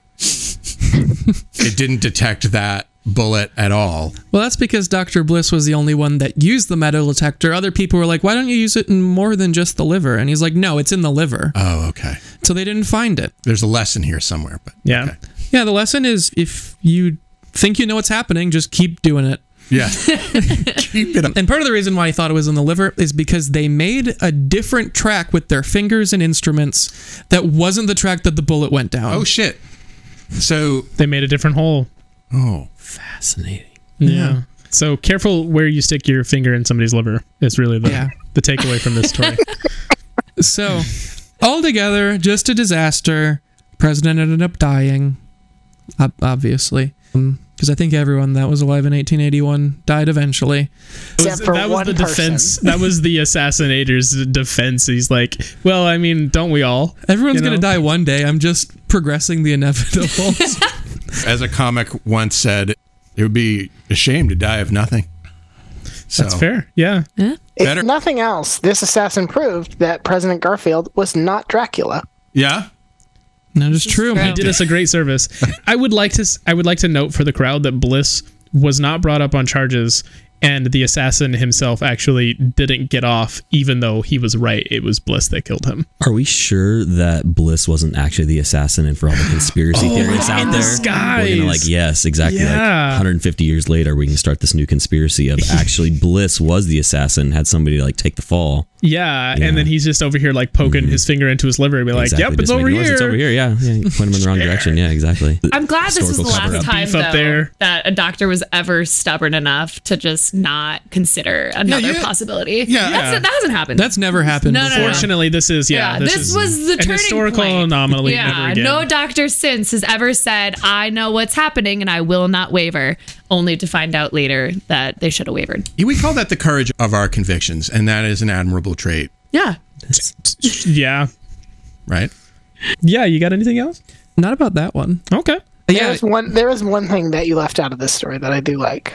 Speaker 2: it didn't detect that. bullet at all.
Speaker 5: Well, that's because Dr. Bliss was the only one that used the metal detector. Other people were like, why don't you use it in more than just the liver? And he's like, no, it's in the liver.
Speaker 2: Oh, okay.
Speaker 5: So they didn't find it.
Speaker 2: There's a lesson here somewhere, but
Speaker 4: yeah.
Speaker 5: Yeah, the lesson is if you think you know what's happening, just keep doing it.
Speaker 2: Yeah.
Speaker 5: And part of the reason why I thought it was in the liver is because they made a different track with their fingers and instruments that wasn't the track that the bullet went down.
Speaker 2: Oh shit. So
Speaker 4: they made a different hole.
Speaker 2: Oh,
Speaker 5: fascinating.
Speaker 4: Yeah. So careful where you stick your finger in somebody's liver is really the
Speaker 5: Yeah.
Speaker 4: the takeaway from this story.
Speaker 5: So, altogether, just a disaster. President ended up dying, ob- obviously, because I think everyone that was alive in 1881 died eventually.
Speaker 4: That was- that was the defense. That was the assassinator's defense. He's like, well, I mean, don't we all?
Speaker 5: Everyone's
Speaker 4: You know?
Speaker 5: gonna die one day. I'm just progressing the inevitable.
Speaker 2: As a comic once said, it would be a shame to die of nothing. So,
Speaker 4: That's fair. Yeah.
Speaker 10: If
Speaker 2: Better-
Speaker 10: nothing else, this assassin proved that President Garfield was not Dracula.
Speaker 2: Yeah.
Speaker 5: That is true.
Speaker 4: He did us a great service. I would like to. s- I would like to note for the crowd that Bliss was not brought up on charges, and the assassin himself actually didn't get off, even though he was right. It was Bliss that killed him.
Speaker 12: Are we sure that Bliss wasn't actually the assassin? And for all the conspiracy theorists out
Speaker 4: in
Speaker 12: there, we're
Speaker 4: disguise.
Speaker 12: gonna like, yes, exactly. Like
Speaker 4: Yeah.
Speaker 12: 150 years later, we can start this new conspiracy of actually Bliss was the assassin, had somebody like take the fall.
Speaker 4: Yeah,
Speaker 12: Yeah. Mm-hmm.
Speaker 4: and then he's just over here like poking his finger into his liver and be like,
Speaker 12: Exactly,
Speaker 4: "Yep, it's
Speaker 12: just
Speaker 4: over
Speaker 12: making
Speaker 4: here.
Speaker 12: noise, It's over here. Yeah, yeah. you Point them in the wrong direction. Yeah, exactly.
Speaker 11: I'm glad this was the
Speaker 12: Historical
Speaker 11: last
Speaker 12: cover-up.
Speaker 11: time
Speaker 4: Beef up
Speaker 11: though,
Speaker 4: there.
Speaker 11: that a doctor was ever stubborn enough to just not consider another
Speaker 2: yeah.
Speaker 11: possibility.
Speaker 2: Yeah.
Speaker 11: That's, that hasn't happened.
Speaker 5: That's never happened.
Speaker 11: No, no,
Speaker 5: before.
Speaker 4: Fortunately, this is yeah.
Speaker 11: yeah, this,
Speaker 4: is
Speaker 11: was the
Speaker 4: an
Speaker 11: turning
Speaker 4: historical
Speaker 11: point.
Speaker 4: anomaly.
Speaker 11: Yeah,
Speaker 4: never again.
Speaker 11: no doctor since has ever said, "I know what's happening and I will not waver," only to find out later that they should have wavered.
Speaker 2: We call that the courage of our convictions, and that is an admirable trait,
Speaker 11: Yeah,
Speaker 4: yeah,
Speaker 2: right?
Speaker 4: yeah. You got anything else?
Speaker 5: Not about that one.
Speaker 4: Okay.
Speaker 10: There
Speaker 5: Yeah,
Speaker 10: is one. There is one thing that you left out of this story that I do like.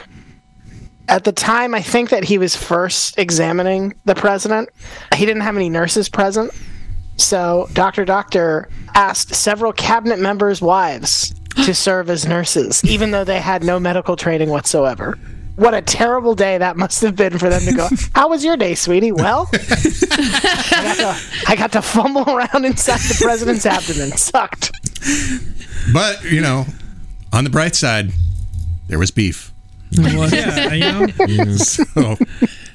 Speaker 10: At the time, I think that he was first examining the president. He didn't have any nurses present, so Doctor Doctor asked several cabinet members' wives to serve as nurses, even though they had no medical training whatsoever. What a terrible day that must have been for them to go. How was your day, sweetie? Well, I, got to, I got to fumble around inside the president's abdomen. Sucked.
Speaker 2: But, you know, on the bright side, there was beef.
Speaker 4: Yeah, you know,
Speaker 2: So,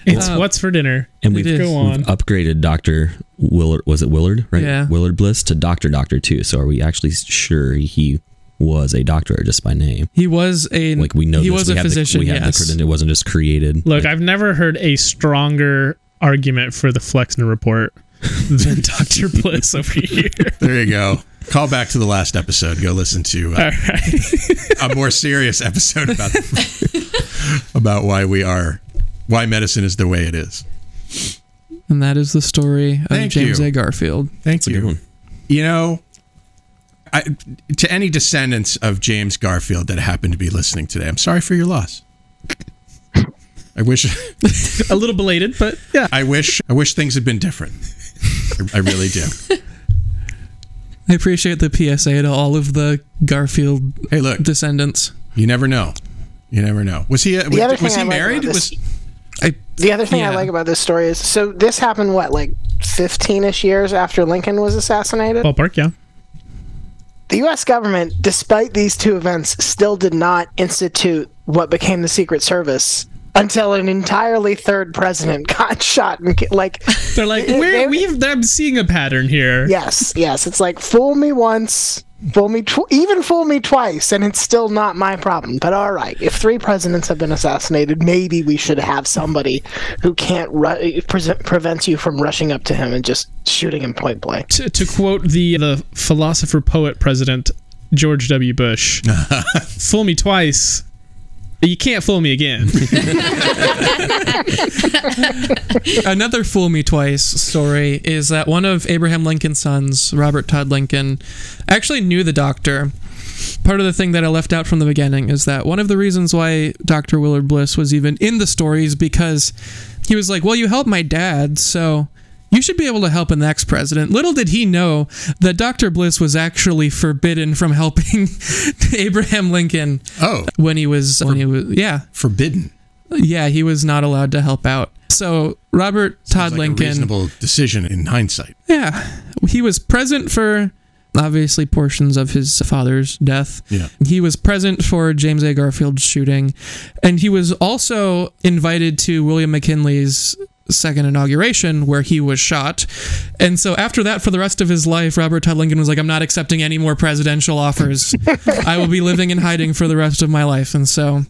Speaker 4: it's what's for dinner.
Speaker 12: And we've,
Speaker 5: is.
Speaker 12: we've
Speaker 4: Go on.
Speaker 12: upgraded Doctor Willard. Was it Willard? Right.
Speaker 5: Yeah.
Speaker 12: Willard Bliss to Doctor Doctor too. So are we actually sure he was a doctor just by name?
Speaker 5: he was a
Speaker 12: Like we know
Speaker 5: he
Speaker 12: this.
Speaker 5: was
Speaker 12: we
Speaker 5: a
Speaker 12: have the-
Speaker 5: physician.
Speaker 12: we have the
Speaker 5: yes.
Speaker 12: credit. It wasn't just created.
Speaker 4: Look, I've never heard a stronger argument for the Flexner report than Doctor Bliss over here.
Speaker 2: there you go. Call back to the last episode. Go listen to uh,
Speaker 4: All right.
Speaker 2: a more serious episode about about why we are why medicine is the way it is.
Speaker 5: and that is the story of
Speaker 2: Thank
Speaker 5: James
Speaker 2: you.
Speaker 5: A. Garfield.
Speaker 2: Thank
Speaker 12: a good
Speaker 2: you.
Speaker 12: one.
Speaker 2: You know, I, to any descendants of James Garfield that happen to be listening today, I'm sorry for your loss. I wish,
Speaker 4: a little belated, but yeah.
Speaker 2: I wish, I wish things had been different. I, I really do.
Speaker 5: I appreciate the PSA to all of the Garfield
Speaker 2: Hey, look,
Speaker 5: descendants.
Speaker 2: you never know. You never know. Was he? Uh,
Speaker 10: other
Speaker 2: was,
Speaker 10: thing
Speaker 2: he
Speaker 10: I like
Speaker 2: married?
Speaker 10: about
Speaker 2: Was
Speaker 10: this- The other thing I
Speaker 5: Yeah.
Speaker 10: like about this story is so this happened what like 15ish years after Lincoln was assassinated.
Speaker 4: Ballpark, yeah.
Speaker 10: the US government despite these two events still did not institute what became the secret service until an entirely third president got shot and ki- like
Speaker 4: They're like,
Speaker 10: It-
Speaker 4: we're,
Speaker 10: it-
Speaker 4: we've, I'm seeing a pattern here.
Speaker 10: yes, yes, it's like fool me once, fool me tw- even fool me twice and it's still not my problem. But all right, if three presidents have been assassinated, maybe we should have somebody who can't ru- pre- prevents you from rushing up to him and just shooting him point blank.
Speaker 4: To, to quote the, the philosopher poet president, George W. Bush, fool me twice. but You can't fool me again.
Speaker 5: Another fool me twice story is that one of Abraham Lincoln's sons, Robert Todd Lincoln, actually knew the doctor. Part of the thing that I left out from the beginning is that one of the reasons why Dr. Willard Bliss was even in the story is because he was like, Well, you helped my dad, so You should be able to help an ex president. Little did he know that Dr. Bliss was actually forbidden from helping Abraham Lincoln.
Speaker 13: Oh.
Speaker 5: When he was, when he was yeah.
Speaker 13: Forbidden.
Speaker 5: Yeah, he was not allowed to help out. So Robert Todd
Speaker 13: like
Speaker 5: Lincoln.
Speaker 13: A reasonable decision in hindsight.
Speaker 5: Yeah. He was present for obviously portions of his father's death.
Speaker 13: Yeah.
Speaker 5: He was present for James A. Garfield's shooting. And he was also invited to William McKinley's second inauguration where he was shot. And so after that, for the rest of his life, Robert Todd Lincoln was like, I'm not accepting any more presidential offers. I will be living in hiding for the rest of my life. And so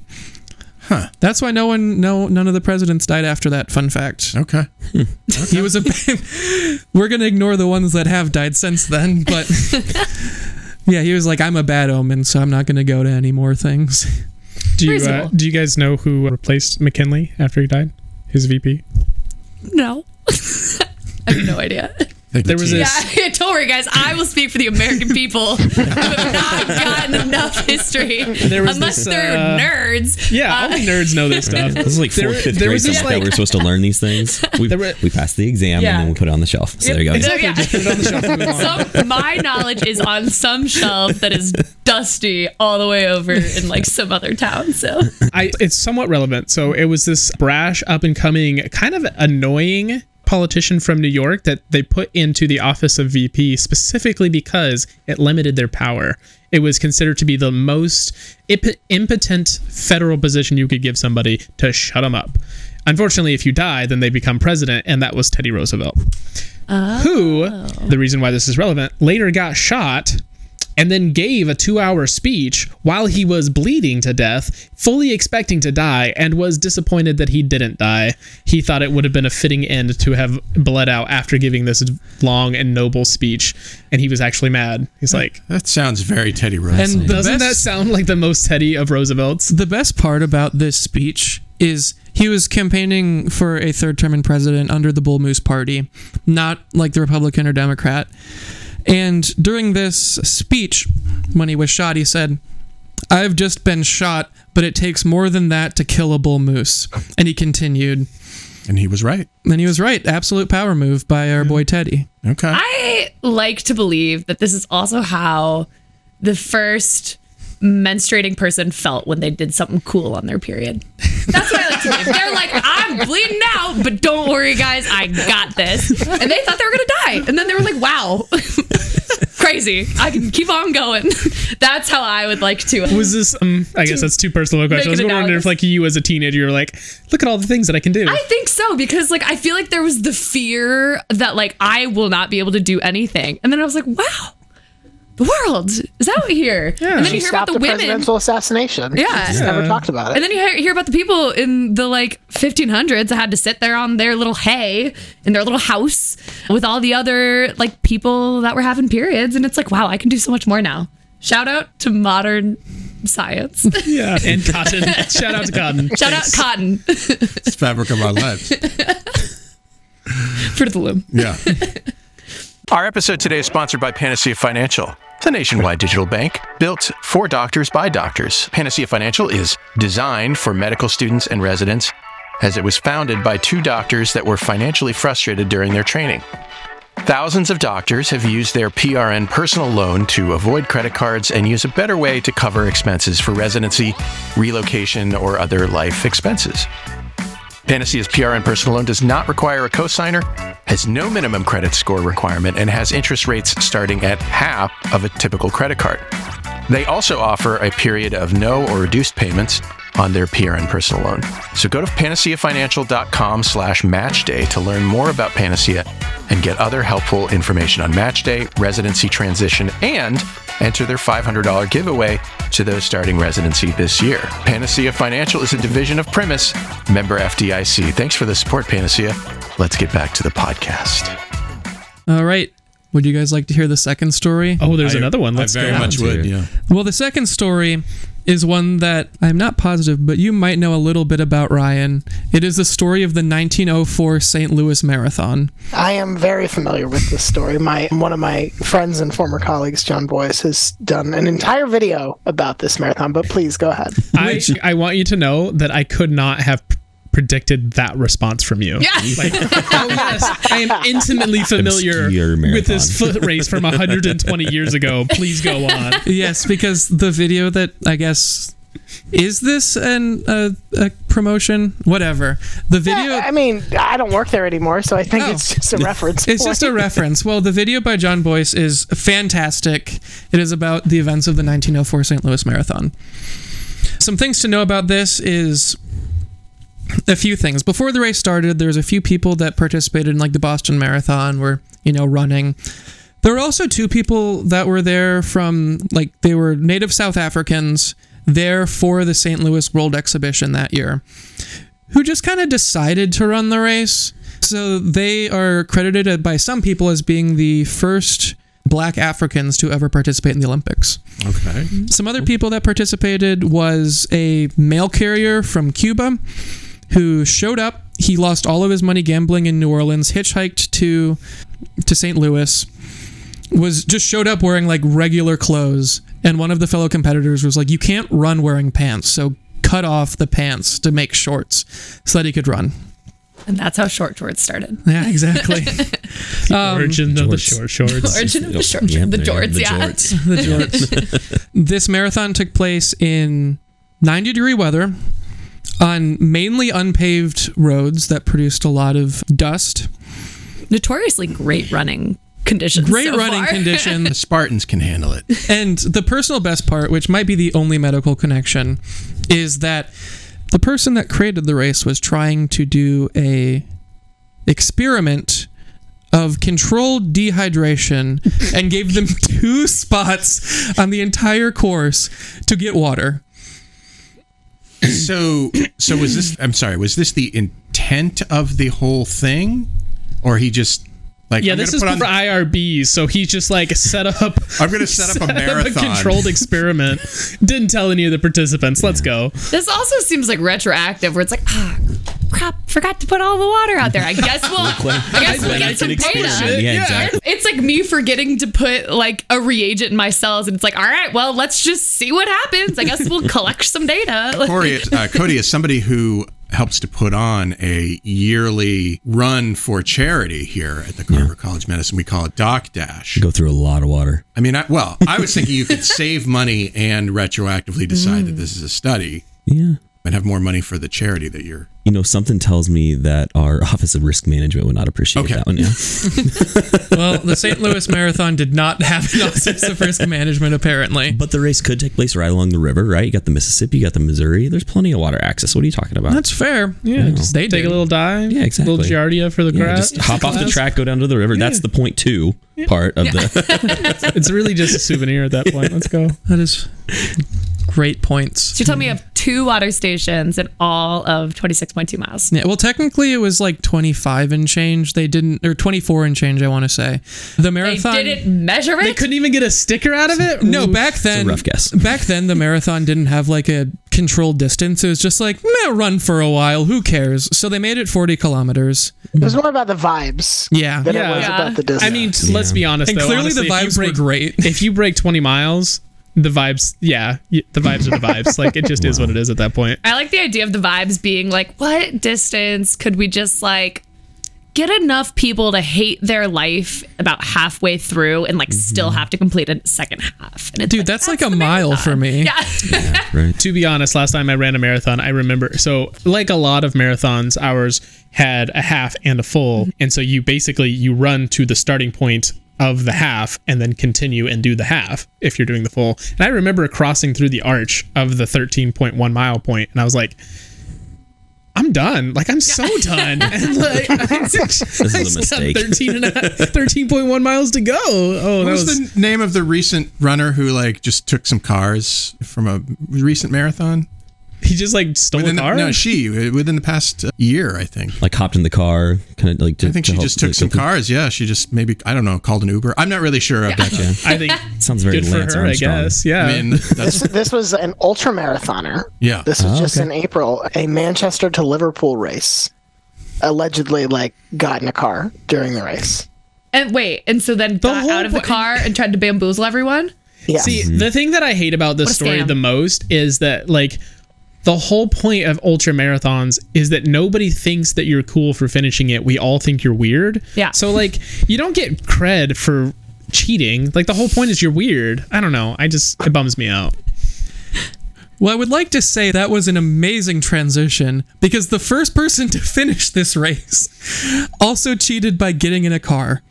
Speaker 13: Huh.
Speaker 5: that's why no one, no, none of the presidents died after that. Fun fact.
Speaker 13: Okay.
Speaker 5: He was a. we're gonna ignore the ones that have died since then, but yeah, he was like, I'm a bad omen, so I'm not gonna go to any more things.
Speaker 4: Do you uh,
Speaker 5: Reasonable.
Speaker 4: do you guys know who replaced McKinley after he died? His VP.
Speaker 11: No. I have no idea.
Speaker 4: There was
Speaker 11: Yeah,
Speaker 4: this.
Speaker 11: don't worry, guys. I will speak for the American people who have not gotten enough history,
Speaker 4: There was
Speaker 11: unless
Speaker 4: this,
Speaker 11: they're
Speaker 4: uh,
Speaker 11: nerds.
Speaker 4: Yeah, only nerds know this stuff.
Speaker 12: This is like fourth,
Speaker 4: There-
Speaker 12: fifth
Speaker 4: there
Speaker 12: grade
Speaker 4: was this,
Speaker 12: stuff that
Speaker 4: like-
Speaker 12: we're supposed to learn these things. We, we passed the exam
Speaker 11: Yeah.
Speaker 12: and then we put it on the shelf. So there you go.
Speaker 11: So, yeah. Some, my knowledge is on some shelf that is dusty all the way over in like some other town. So
Speaker 4: I, it's somewhat relevant. So it was this brash, up and coming, kind of annoying politician from New York that they put into the office of VP specifically because it limited their power. It was considered to be the most imp- impotent federal position you could give somebody to shut them up. Unfortunately, if you die, then they become president, and that was Teddy Roosevelt, who, the reason why this is relevant, later got shot and then gave a two hour speech while he was bleeding to death, fully expecting to die, and was disappointed that he didn't die. He thought it would have been a fitting end to have bled out after giving this long and noble speech, and he was actually mad. He's like,
Speaker 13: That sounds very Teddy Roosevelt.
Speaker 5: And the
Speaker 4: Doesn't that
Speaker 5: best-
Speaker 4: sound like the most Teddy of Roosevelt's?
Speaker 5: The best part about this speech is he was campaigning for a third term in president under the Bull Moose Party, not like the Republican or Democrat. And during this speech, when he was shot, he said, I've just been shot, but it takes more than that to kill a bull moose. And he continued.
Speaker 13: And he was right.
Speaker 5: And he was right. Absolute power move by
Speaker 4: Mm-hmm.
Speaker 5: our boy Teddy.
Speaker 13: Okay.
Speaker 11: I like to believe that this is also how the first menstruating person felt when they did something cool on their period. That's what I like to believe. They're like, I'm bleeding out, but don't worry, guys, I got this. And they thought they were gonna die, and then they were like, Wow, crazy! I can keep on going. That's how I would like to.
Speaker 4: Was this? Um, I guess that's too personal of a question.
Speaker 11: Make
Speaker 4: I was
Speaker 11: an
Speaker 4: wondering if,
Speaker 11: analysis.
Speaker 4: like, you as a teenager, you were like, "Look at all the things that I can do."
Speaker 11: I think so because like I feel like there was the fear that like I will not be able to do anything, and then I was like, wow, the world is out here. And then you hear about
Speaker 10: Stop
Speaker 11: the,
Speaker 10: the,
Speaker 11: women.
Speaker 10: presidential assassination.
Speaker 11: Yeah.
Speaker 10: Just never talked about it.
Speaker 11: And then you hear- hear about the people in the like 1500s that had to sit there on their little hay in their little house with all the other like people that were having periods. And it's like, wow, I can do so much more now. Shout out to modern science.
Speaker 4: yeah, and cotton. Shout out to cotton.
Speaker 11: Shout out cotton
Speaker 13: It's fabric of our lives.
Speaker 11: for the loom.
Speaker 13: Yeah.
Speaker 2: Our episode today is sponsored by Panacea Financial, the nationwide digital bank built for doctors by doctors. Panacea Financial is designed for medical students and residents as it was founded by two doctors that were financially frustrated during their training. Thousands of doctors have used their PRN personal loan to avoid credit cards and use a better way to cover expenses for residency, relocation, or other life expenses. Panacea's PRN personal loan does not require a cosigner, has no minimum credit score requirement, and has interest rates starting at half of a typical credit card. They also offer a period of no or reduced payments on their PRN personal loan. So go to panaceafinancial.com slash matchday to learn more about Panacea and get other helpful information on matchday, residency transition, and enter their $500 giveaway to those starting residency this year. Panacea Financial is a division of Premise, member FDIC. Thanks for the support, Panacea. Let's get back to the podcast.
Speaker 5: All right. Would you guys like to hear the second story?
Speaker 4: Oh, there's another one. Let's
Speaker 13: I very
Speaker 4: go.
Speaker 13: much would. Yeah.
Speaker 5: Well, the second story is one that I'm not positive, but you might know a little bit about Ryan. It is the story of the 1904 St. Louis Marathon.
Speaker 10: I am very familiar with this story. My one of my friends and former colleagues, John Boyce, has done an entire video about this marathon. But please go ahead.
Speaker 4: I, I want you to know that I could not have p- predicted that response from you.
Speaker 11: Yeah.
Speaker 4: Like, oh yes, I am intimately familiar
Speaker 12: Obscure
Speaker 4: with this
Speaker 12: marathon.
Speaker 4: foot race from 120 years ago. Please go on.
Speaker 5: yes, because the video that I guess is this an uh, a promotion? Whatever. The video.
Speaker 10: I mean, I don't work there anymore, so I think it's just a reference.
Speaker 5: It's just a
Speaker 10: point.
Speaker 5: reference. Well, the video by John Boyce is fantastic. It is about the events of the 1904 St. Louis Marathon. Some things to know about this is a few things. Before the race started, there was a few people that participated in like the Boston Marathon were, you know, running. There were also two people that were there from like they were native South Africans there for the St. Louis World Exhibition that year who just kind of decided to run the race. So they are credited by some people as being the first black Africans to ever participate in the Olympics.
Speaker 2: Okay.
Speaker 5: Some other people that participated was a mail carrier from Cuba who showed up. He lost all of his money gambling in New Orleans, hitchhiked to to St. Louis, was just showed up wearing like regular clothes, and one of the fellow competitors was like, "You can't run wearing pants, so cut off the pants to make shorts so that he could run."
Speaker 11: And that's how short shorts started.
Speaker 5: Yeah, exactly. Um,
Speaker 4: Origin of the short shorts.
Speaker 11: Origin of the short the jorts, yeah.
Speaker 5: the jorts. this marathon took place in 90 degree weather on mainly unpaved roads that produced a lot of dust.
Speaker 11: Notoriously great running conditions.
Speaker 5: Great
Speaker 11: so
Speaker 5: running
Speaker 11: far.
Speaker 5: conditions.
Speaker 2: The Spartans can handle it.
Speaker 5: and the personal best part, which might be the only medical connection, is that the person that created the race was trying to do a experiment of controlled dehydration and gave them two spots on the entire course to get water.
Speaker 2: So, so was this? I'm sorry. Was this the intent of the whole thing, or he just like?
Speaker 4: yeah,
Speaker 2: I'm
Speaker 4: this
Speaker 2: gonna
Speaker 4: is for
Speaker 2: put on-
Speaker 4: IRBs, so he just like set up.
Speaker 2: I'm gonna set up a marathon.
Speaker 4: controlled experiment. Didn't tell any of the participants. Let's go.
Speaker 11: This also seems like retroactive, where it's like, ah, crap, forgot to put all the water out there. I guess we'll, I guess we'll get some data.
Speaker 12: Yeah, exactly.
Speaker 11: It's like me forgetting to put like a reagent in my cells, and it's like, all right, well, let's just see what happens. I guess we'll collect some data.
Speaker 2: Corey, is- uh, Cody is somebody who helps to put on a yearly run for charity here at the Carver College Medicine. We call it Doc Dash.
Speaker 12: Go through a lot of water.
Speaker 2: I mean, I, well, I was thinking you could save money and retroactively decide that this is a study
Speaker 12: Yeah.
Speaker 2: and have more money for the charity that you're.
Speaker 12: You know, something tells me that our Office of Risk Management would not appreciate
Speaker 2: Okay.
Speaker 12: that one. Yeah.
Speaker 5: Well, the St. Louis Marathon did not have an office of risk management, apparently.
Speaker 12: But the race could take place right along the river, right? You got the Mississippi, you got the Missouri. There's plenty of water access. What are you talking about?
Speaker 5: That's fair. Yeah,
Speaker 12: Yeah.
Speaker 5: just they
Speaker 4: Take
Speaker 5: did.
Speaker 4: a little dive.
Speaker 12: yeah, exactly.
Speaker 4: Little giardia for the
Speaker 12: Yeah,
Speaker 4: crowd.
Speaker 12: just hop off the track, go down to the river. That's the point two part of the.
Speaker 4: It's really just a souvenir at that point. Let's go.
Speaker 5: That is great points.
Speaker 11: So you tell me you have two water stations in all of 26.2 miles.
Speaker 5: Yeah, well, technically it was like 25 and change. They didn't, or 24 and change, I want to say. The
Speaker 11: They
Speaker 5: marathon.
Speaker 11: didn't measure
Speaker 4: They
Speaker 11: it.
Speaker 4: couldn't even get a sticker out of it.
Speaker 5: No,
Speaker 4: Ooh.
Speaker 5: back then.
Speaker 12: rough guess.
Speaker 5: Back then, the marathon didn't have like a controlled distance. It was just like, meh, run for a while. Who cares? So they made it 40 kilometers.
Speaker 10: It was more about the vibes
Speaker 5: Yeah.
Speaker 10: than
Speaker 4: Yeah.
Speaker 10: it was
Speaker 11: Yeah.
Speaker 10: about the distance.
Speaker 4: I mean, t- let's be honest.
Speaker 5: And
Speaker 4: though,
Speaker 5: clearly
Speaker 4: honestly,
Speaker 5: the
Speaker 4: if you
Speaker 5: vibes
Speaker 4: break,
Speaker 5: were great.
Speaker 4: If you break 20 miles, the vibes, yeah, y- the vibes are the vibes. Like it just is what it is at that point.
Speaker 11: I like the idea of the vibes being like, what distance could we just like get enough people to hate their life about halfway through and like still have to complete a second half? And it's
Speaker 5: Dude, that's like a mile for me.
Speaker 11: Yeah.
Speaker 12: Right.
Speaker 4: To be honest, last time I ran a marathon, I remember. So, like a lot of marathons, ours had a half and a full, and so you basically you run to the starting point of the half and then continue and do the half if you're doing the full. And I remember crossing through the arch of the 13.1 mile point, and I was like. I'm done. Like I'm so done. And like this
Speaker 12: is a mistake.
Speaker 4: 13 and a, 13.1 miles to go. Oh,
Speaker 2: What
Speaker 4: that
Speaker 2: was,
Speaker 4: was,
Speaker 2: the name of the recent runner who like just took some cars from a recent marathon?
Speaker 4: he just like stole
Speaker 2: Within the,
Speaker 4: a car.
Speaker 2: no, she uh, within the past year, I think.
Speaker 12: Like hopped in the car, kind of like. To,
Speaker 2: I think
Speaker 12: to
Speaker 2: she
Speaker 12: help-
Speaker 2: just took
Speaker 12: like,
Speaker 2: some
Speaker 12: to-
Speaker 2: cars. Yeah, she just maybe I don't know called an Uber. I'm not really sure. Of that.
Speaker 4: I think
Speaker 12: Sounds very
Speaker 4: good for
Speaker 12: Lance
Speaker 4: her,
Speaker 12: Armstrong.
Speaker 4: I guess. Yeah.
Speaker 2: I mean, that's
Speaker 10: this was an ultra marathoner.
Speaker 2: yeah.
Speaker 10: This was just in April, a Manchester to Liverpool race. Allegedly, like, got in a car during the race.
Speaker 11: And wait, and so then got
Speaker 4: whole
Speaker 11: out of the
Speaker 4: point-
Speaker 11: car and tried to bamboozle everyone?
Speaker 10: Yeah.
Speaker 2: Mm-hmm.
Speaker 4: See, the thing that I hate about
Speaker 11: What a
Speaker 4: this story
Speaker 11: scam.
Speaker 4: the most is that like the whole point of ultra marathons is that nobody thinks that you're cool for finishing it. We all think you're weird.
Speaker 11: Yeah.
Speaker 4: So like you don't get cred for cheating. Like the whole point is you're weird. I don't know. I just it bums me out.
Speaker 5: Well, I would like to say that was an amazing transition because the first person to finish this race also cheated by getting in a car.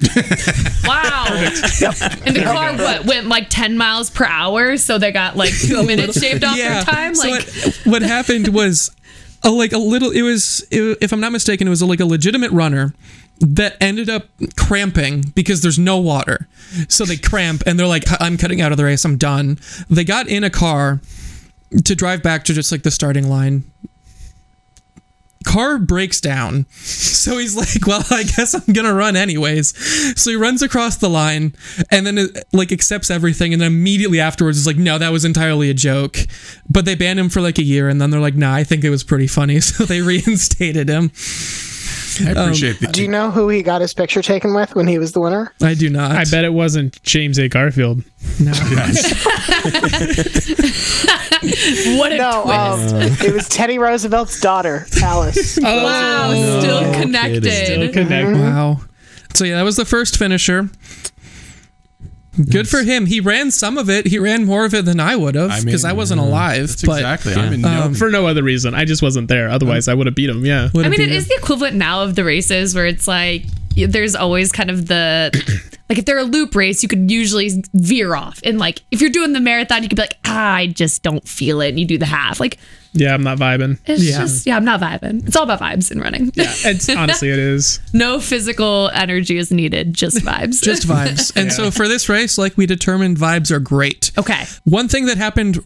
Speaker 11: Wow. And the car what, went like 10 miles per hour, so they got like two minutes shaved off
Speaker 5: Yeah.
Speaker 11: their time.
Speaker 5: So
Speaker 11: Like,
Speaker 5: what, what happened was, a, like a little. It was, it, if I'm not mistaken, it was like a legitimate runner that ended up cramping because there's no water. So they cramp and they're like, "I'm cutting out of the race. I'm done." They got in a car to drive back to just like the starting line. Car breaks down. So he's like, well, I guess I'm going to run anyways. So he runs across the line and then uh, like accepts everything and then immediately afterwards is like, no, that was entirely a joke. But they banned him for like a year and then they're like, nah, I think it was pretty funny. So they reinstated him.
Speaker 2: I appreciate the
Speaker 10: Um, Do you know who he got his picture taken with when he was the winner?
Speaker 5: I do not.
Speaker 4: I bet it wasn't James A. Garfield.
Speaker 5: No.
Speaker 11: what a
Speaker 10: no, um, it was Teddy Roosevelt's daughter, Alice.
Speaker 11: wow, still connected.
Speaker 4: Still connected.
Speaker 5: Wow. So yeah, that was the first finisher. Good for him. He ran some of it. He ran more of it than I would have because I, wasn't alive.
Speaker 2: That's
Speaker 5: but
Speaker 2: exactly. I'm in no.
Speaker 5: Um,
Speaker 4: For no other reason. I just wasn't there. Otherwise, I would have beat him. Yeah.
Speaker 5: would
Speaker 11: I
Speaker 5: have
Speaker 11: mean,
Speaker 5: been
Speaker 11: it is the equivalent now of the races where it's like y- there's always kind of the like if they're a loop race, you could usually veer off, and like if you're doing the marathon, you could be like, ah, I just don't feel it, and you do the half. Like
Speaker 4: Yeah, I'm not vibing.
Speaker 11: it's
Speaker 5: Yeah.
Speaker 11: just yeah, I'm not vibing. It's all about vibes and running.
Speaker 4: Yeah, it's honestly it is.
Speaker 11: no physical energy is needed, just vibes.
Speaker 5: just vibes. And so for this race, like we determined, vibes are great.
Speaker 11: okay.
Speaker 5: One thing that happened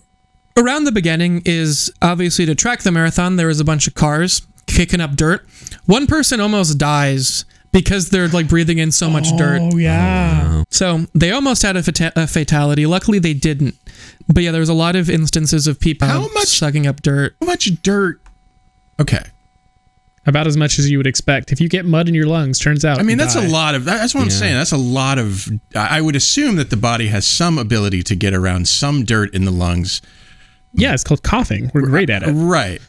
Speaker 5: around the beginning is obviously to track the marathon, there was a bunch of cars kicking up dirt. One person almost dies because they're like breathing in so much dirt.
Speaker 4: Oh yeah.
Speaker 5: So they almost had a, fata- a fatality. Luckily, they didn't. But yeah, there was a lot of instances of people
Speaker 2: How much-
Speaker 5: sucking up dirt.
Speaker 2: How much dirt? Okay.
Speaker 4: About as much as you would expect. If you get mud in your lungs, turns out.
Speaker 2: I mean,
Speaker 4: you
Speaker 2: that's
Speaker 4: die.
Speaker 2: a lot of. That's what I'm saying. That's a lot of. I I would assume that the body has some ability to get around some dirt in the lungs.
Speaker 4: Yeah, it's called coughing. We're great at it.
Speaker 2: Right.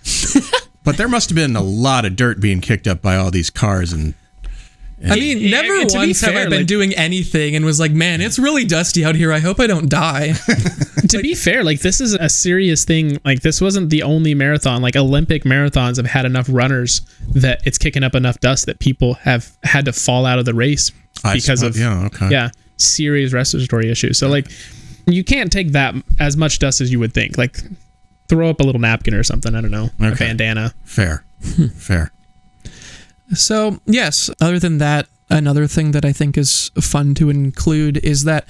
Speaker 2: but there must have been a lot of dirt being kicked up by all these cars and.
Speaker 5: I mean,
Speaker 4: Yeah,
Speaker 5: never
Speaker 4: to be
Speaker 5: once have
Speaker 4: fair,
Speaker 5: I been
Speaker 4: like-
Speaker 5: doing anything and was like, man, it's really dusty out here. I hope I don't die.
Speaker 4: to be fair, like this is a serious thing. Like this wasn't the only marathon. Like Olympic marathons have had enough runners that it's kicking up enough dust that people have had to fall out of the race
Speaker 2: I
Speaker 4: because
Speaker 2: suppose-
Speaker 4: of
Speaker 2: yeah, okay.
Speaker 4: yeah serious respiratory issues. So like you can't take that as much dust as you would think. Like throw up a little napkin or something. I don't know, a
Speaker 2: Okay.
Speaker 4: bandana.
Speaker 2: Fair. Fair.
Speaker 5: So, yes, other than that, another thing that I think is fun to include is that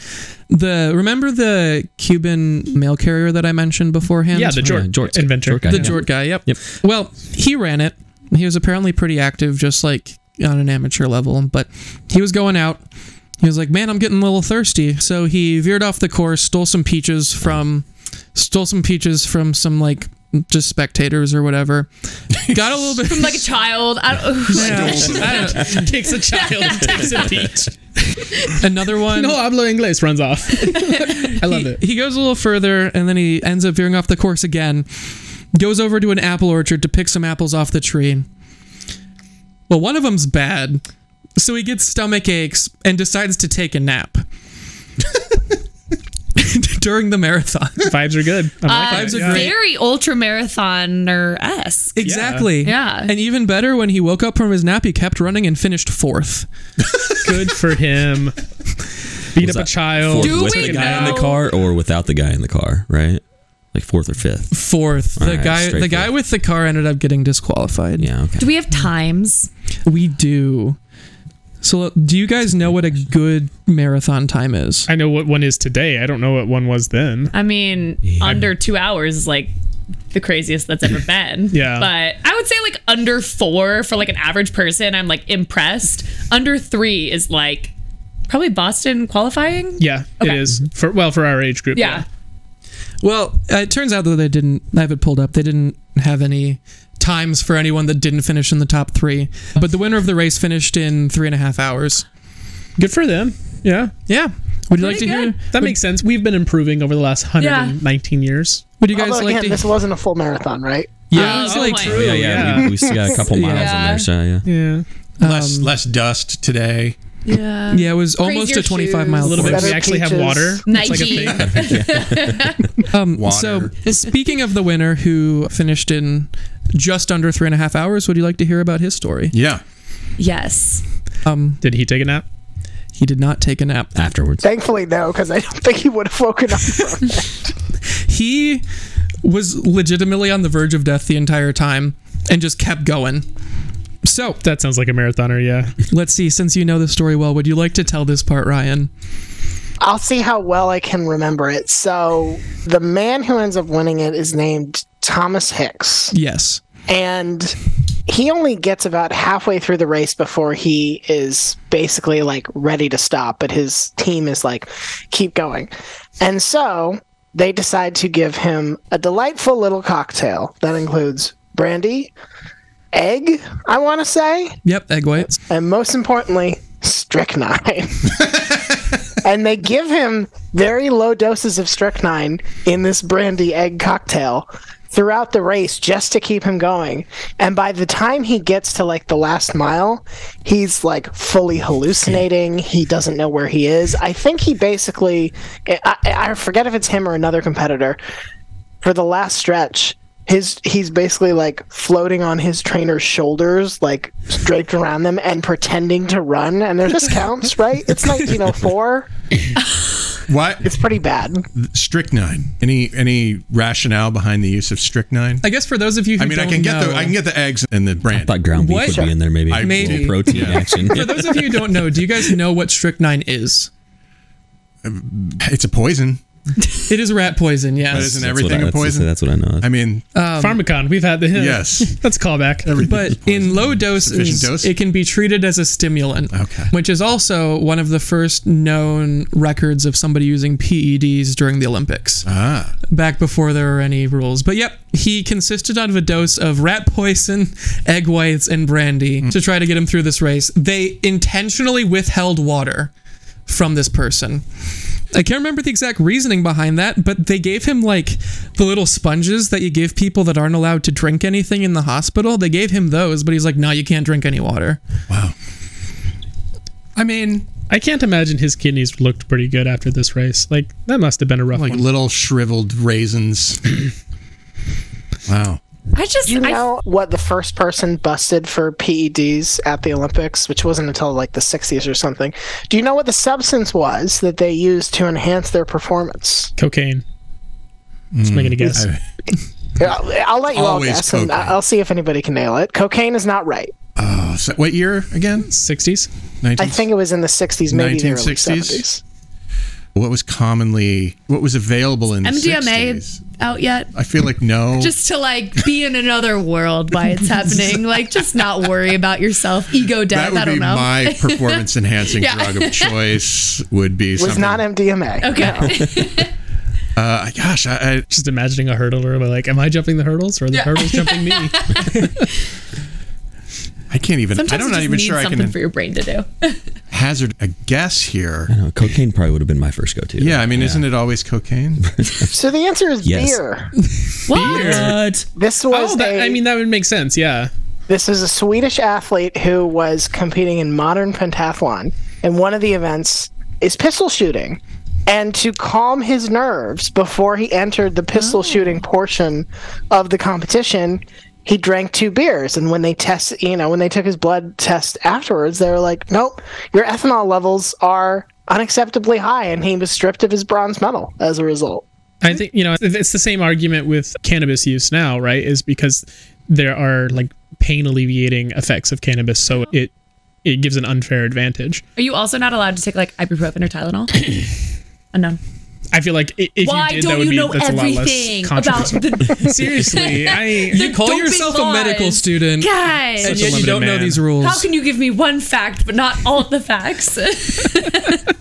Speaker 5: the remember the Cuban mail carrier that I mentioned beforehand?
Speaker 4: yeah, the Jort,
Speaker 12: Jort's-
Speaker 4: inventor.
Speaker 12: Jort guy.
Speaker 5: the
Speaker 12: yeah.
Speaker 5: Jort guy, yep.
Speaker 12: Yep.
Speaker 5: Well, he ran it. He was apparently pretty active, just like on an amateur level, but he was going out. He was like, Man, I'm getting a little thirsty. So he veered off the course, stole some peaches from stole some peaches from some like just spectators or whatever. Got a little bit
Speaker 11: From like a child, I don't,
Speaker 5: I don't know.
Speaker 4: takes a child, and takes a peach.
Speaker 5: another one.
Speaker 4: No hablo inglés runs off. I love it.
Speaker 5: he, he goes a little further and then he ends up veering off the course again. Goes over to an apple orchard to pick some apples off the tree. Well, one of them's bad, so he gets stomach aches and decides to take a nap during the marathon.
Speaker 4: Vibes are good. I'm
Speaker 11: uh,
Speaker 5: Vibes are great.
Speaker 11: very ultra marathoner esque.
Speaker 5: Exactly.
Speaker 11: Yeah.
Speaker 5: And even better, when he woke up from his nap, he kept running and finished fourth.
Speaker 4: good for him. Beat up a child.
Speaker 12: Fourth
Speaker 11: Do
Speaker 12: with
Speaker 11: we
Speaker 12: the guy in
Speaker 11: know-
Speaker 12: the car or without the guy in the car, right? Like fourth or fifth.
Speaker 5: Fourth.
Speaker 12: All
Speaker 5: the
Speaker 12: right,
Speaker 5: guy. The
Speaker 12: straight
Speaker 5: guy
Speaker 12: fourth.
Speaker 5: with the car ended up getting disqualified.
Speaker 12: Yeah, okay.
Speaker 11: Do we have times?
Speaker 5: We do. So, do you guys know what a good marathon time is?
Speaker 4: I know what one is today. I don't know what one was then.
Speaker 11: I mean, under two hours is like the craziest that's ever been.
Speaker 4: Yeah.
Speaker 11: But I would say like under four for like an average person, I'm like impressed. Under three is like probably Boston qualifying.
Speaker 4: Yeah,
Speaker 11: Okay.
Speaker 4: it is. For well, for our age group.
Speaker 11: Yeah.
Speaker 5: Well, uh, it turns out that they didn't. I have it pulled up. They didn't have any times for anyone that didn't finish in the top three. But the winner of the race finished in three and a half hours.
Speaker 4: Good for them. Yeah.
Speaker 5: Yeah. Would you like to
Speaker 11: Pretty
Speaker 5: hear?
Speaker 11: good.
Speaker 4: That makes sense. We've been improving over the last 119 years.
Speaker 5: Would you guys
Speaker 10: Although
Speaker 5: like
Speaker 10: again,
Speaker 5: to?
Speaker 10: this wasn't a full marathon, right?
Speaker 5: Yeah,
Speaker 11: Oh,
Speaker 5: it's
Speaker 11: good
Speaker 5: like
Speaker 11: point.
Speaker 12: Yeah, yeah, we- we still got a couple miles on there, so, yeah.
Speaker 5: yeah.
Speaker 2: Less less dust today.
Speaker 11: Yeah.
Speaker 5: Yeah, it was almost a 25 mile
Speaker 4: A little bit. We actually have water. It's like
Speaker 11: Nike.
Speaker 4: a thing.
Speaker 5: Um,
Speaker 2: Water.
Speaker 5: So, speaking of the winner who finished in just under three and a half hours, would you like to hear about his story?
Speaker 2: Yeah.
Speaker 11: Yes.
Speaker 5: Um,
Speaker 4: Did he take a nap?
Speaker 5: He did not take a nap.
Speaker 12: Afterwards.
Speaker 10: Thankfully, no, because I don't think he would have woken up. From that.
Speaker 5: He was legitimately on the verge of death the entire time and just kept going. So,
Speaker 4: That sounds like a marathoner, yeah.
Speaker 5: let's see. Since you know the story well, would you like to tell this part, Ryan?
Speaker 10: I'll see how well I can remember it. So, the man who ends up winning it is named Thomas Hicks.
Speaker 5: Yes.
Speaker 10: and he only gets about halfway through the race before he is basically like ready to stop but his team is like keep going and so they decide to give him a delightful little cocktail that includes brandy egg i want to say
Speaker 5: Yep, egg whites.
Speaker 10: and most importantly strychnine and they give him very low doses of strychnine in this brandy egg cocktail throughout the race just to keep him going. And by the time he gets to like the last mile, he's like fully hallucinating. He doesn't know where he is. I think he basically, I, I I forget if it's him or another competitor, for the last stretch. His, he's basically like floating on his trainer's shoulders, like draped around them, and pretending to run. And there's discounts, right? It's 1904.
Speaker 2: Why
Speaker 10: It's pretty bad.
Speaker 2: strychnine? Any any rationale behind the use of strychnine?
Speaker 5: I guess for those of you who
Speaker 2: I mean, I
Speaker 5: don't
Speaker 2: can get
Speaker 5: know,
Speaker 2: the I can get the eggs and the brand.
Speaker 12: Thought ground beef
Speaker 5: What?
Speaker 12: would be in there, maybe.
Speaker 2: I-
Speaker 12: A little
Speaker 5: Maybe.
Speaker 12: protein
Speaker 2: Yeah.
Speaker 12: action.
Speaker 5: For those of you who don't know, do you guys know what strychnine is?
Speaker 2: It's a poison.
Speaker 5: It is rat poison, yes.
Speaker 2: But isn't
Speaker 12: That's
Speaker 2: everything
Speaker 12: what I-
Speaker 2: a poison?
Speaker 12: That's, that's what I know.
Speaker 2: I mean,
Speaker 11: Um,
Speaker 4: Pharmacon, we've had the
Speaker 2: Yes.
Speaker 4: That's a callback.
Speaker 5: but in low doses,
Speaker 2: Sufficient dose?
Speaker 5: it can be treated as a stimulant,
Speaker 2: Okay.
Speaker 5: which is also one of the first known records of somebody using PEDs during the Olympics,
Speaker 2: ah,
Speaker 5: back before there were any rules. But yep, he consisted out of a dose of rat poison, egg whites, and brandy
Speaker 2: Hmm.
Speaker 5: to try to get him through this race. They intentionally withheld water from this person. I can't remember the exact reasoning behind that, but they gave him like the little sponges that you give people that aren't allowed to drink anything in the hospital. They gave him those, but he's like, no, you can't drink any water.
Speaker 2: wow.
Speaker 5: I mean,
Speaker 4: I can't imagine his kidneys looked pretty good after this race. Like that must have been a rough
Speaker 2: Like
Speaker 4: one.
Speaker 2: little shriveled raisins. wow.
Speaker 11: I just,
Speaker 10: Do you
Speaker 11: I,
Speaker 10: know what the first person busted for PEDs at the Olympics, which wasn't until like the 60s or something? Do you know what the substance was that they used to enhance their performance?
Speaker 4: Cocaine. Just making a guess.
Speaker 2: Mm. I-
Speaker 10: Here, I'll, I'll let you
Speaker 2: Always
Speaker 10: all guess, and I-
Speaker 2: cocaine.
Speaker 10: I'll see if anybody can nail it. Cocaine is not right.
Speaker 2: oh, so what year again?
Speaker 4: 60s.
Speaker 2: 19,
Speaker 10: I think it was in the 60s, maybe the early
Speaker 2: 1960s?
Speaker 10: 70s.
Speaker 2: what was commonly what was available in the
Speaker 11: MDMA
Speaker 2: 60s?
Speaker 11: out yet?
Speaker 2: I feel like no.
Speaker 11: Just to like be in another world while it's happening. Like, just not worry about yourself. Ego
Speaker 2: that
Speaker 11: death.
Speaker 2: would
Speaker 11: I don't
Speaker 2: be
Speaker 11: know.
Speaker 2: my performance enhancing
Speaker 11: Yeah.
Speaker 2: drug of choice. Would be
Speaker 10: It was
Speaker 2: something.
Speaker 10: not MDMA.
Speaker 11: okay.
Speaker 2: uh, gosh, I, I
Speaker 4: Just imagining a hurdler, but like, am I jumping the hurdles or are the hurdles jumping me?
Speaker 2: I can't even.
Speaker 11: Sometimes
Speaker 2: I'm
Speaker 11: you
Speaker 2: not
Speaker 11: just
Speaker 2: even
Speaker 11: need
Speaker 2: sure I
Speaker 11: something
Speaker 2: can
Speaker 11: for your brain to do.
Speaker 2: hazard a guess here.
Speaker 12: I know, cocaine probably would have been my first go to.
Speaker 2: Yeah, I mean, isn't it always cocaine?
Speaker 10: So the answer is
Speaker 12: Yes.
Speaker 10: beer.
Speaker 11: What?
Speaker 10: This was
Speaker 4: oh, that,
Speaker 10: a-
Speaker 4: I mean, that would make sense. Yeah.
Speaker 10: This is a Swedish athlete who was competing in modern pentathlon, and one of the events is pistol shooting. And to calm his nerves before he entered the pistol shooting portion of the competition, he drank two beers. And when they test, you know, when they took his blood test afterwards, they were like, "Nope, your ethanol levels are unacceptably high," and he was stripped of his bronze medal as a result.
Speaker 4: I think you know it's the same argument with cannabis use now, right? Is because there are like pain alleviating effects of cannabis, so it it gives an unfair advantage.
Speaker 11: Are you also not allowed to take like ibuprofen or Tylenol? Unknown.
Speaker 4: I feel like i- if
Speaker 11: Why
Speaker 4: you did, that
Speaker 11: don't
Speaker 4: would
Speaker 11: you
Speaker 4: be
Speaker 11: know
Speaker 4: that's a lot
Speaker 11: everything
Speaker 4: less
Speaker 11: about
Speaker 4: controversial.
Speaker 11: the
Speaker 4: Seriously, I
Speaker 11: The
Speaker 5: you call
Speaker 11: doping
Speaker 5: yourself a
Speaker 11: laws.
Speaker 5: medical student,
Speaker 11: guys?
Speaker 5: and
Speaker 4: Such a
Speaker 5: yet you
Speaker 4: limited
Speaker 5: don't know
Speaker 4: man.
Speaker 5: these rules.
Speaker 11: How can you give me one fact but not all of the facts?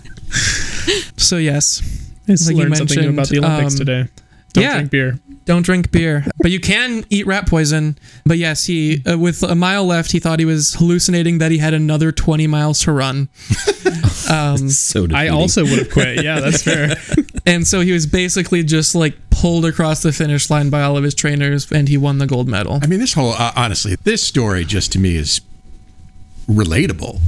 Speaker 5: so, yes,
Speaker 4: just
Speaker 5: like you
Speaker 4: learned something new about the
Speaker 5: mentioned,
Speaker 4: Olympics
Speaker 5: um,
Speaker 4: today. Don't
Speaker 5: yeah.
Speaker 4: drink beer.
Speaker 5: don't drink beer, but you can eat rat poison. But yes, he, uh, with a mile left, he thought he was hallucinating that he had another 20 miles to run.
Speaker 12: So
Speaker 4: I
Speaker 12: defeating.
Speaker 4: also would have quit. Yeah, that's fair.
Speaker 5: And so he was basically just like pulled across the finish line by all of his trainers, and he won the gold medal.
Speaker 2: I mean, this whole uh, honestly, this story just to me is relatable.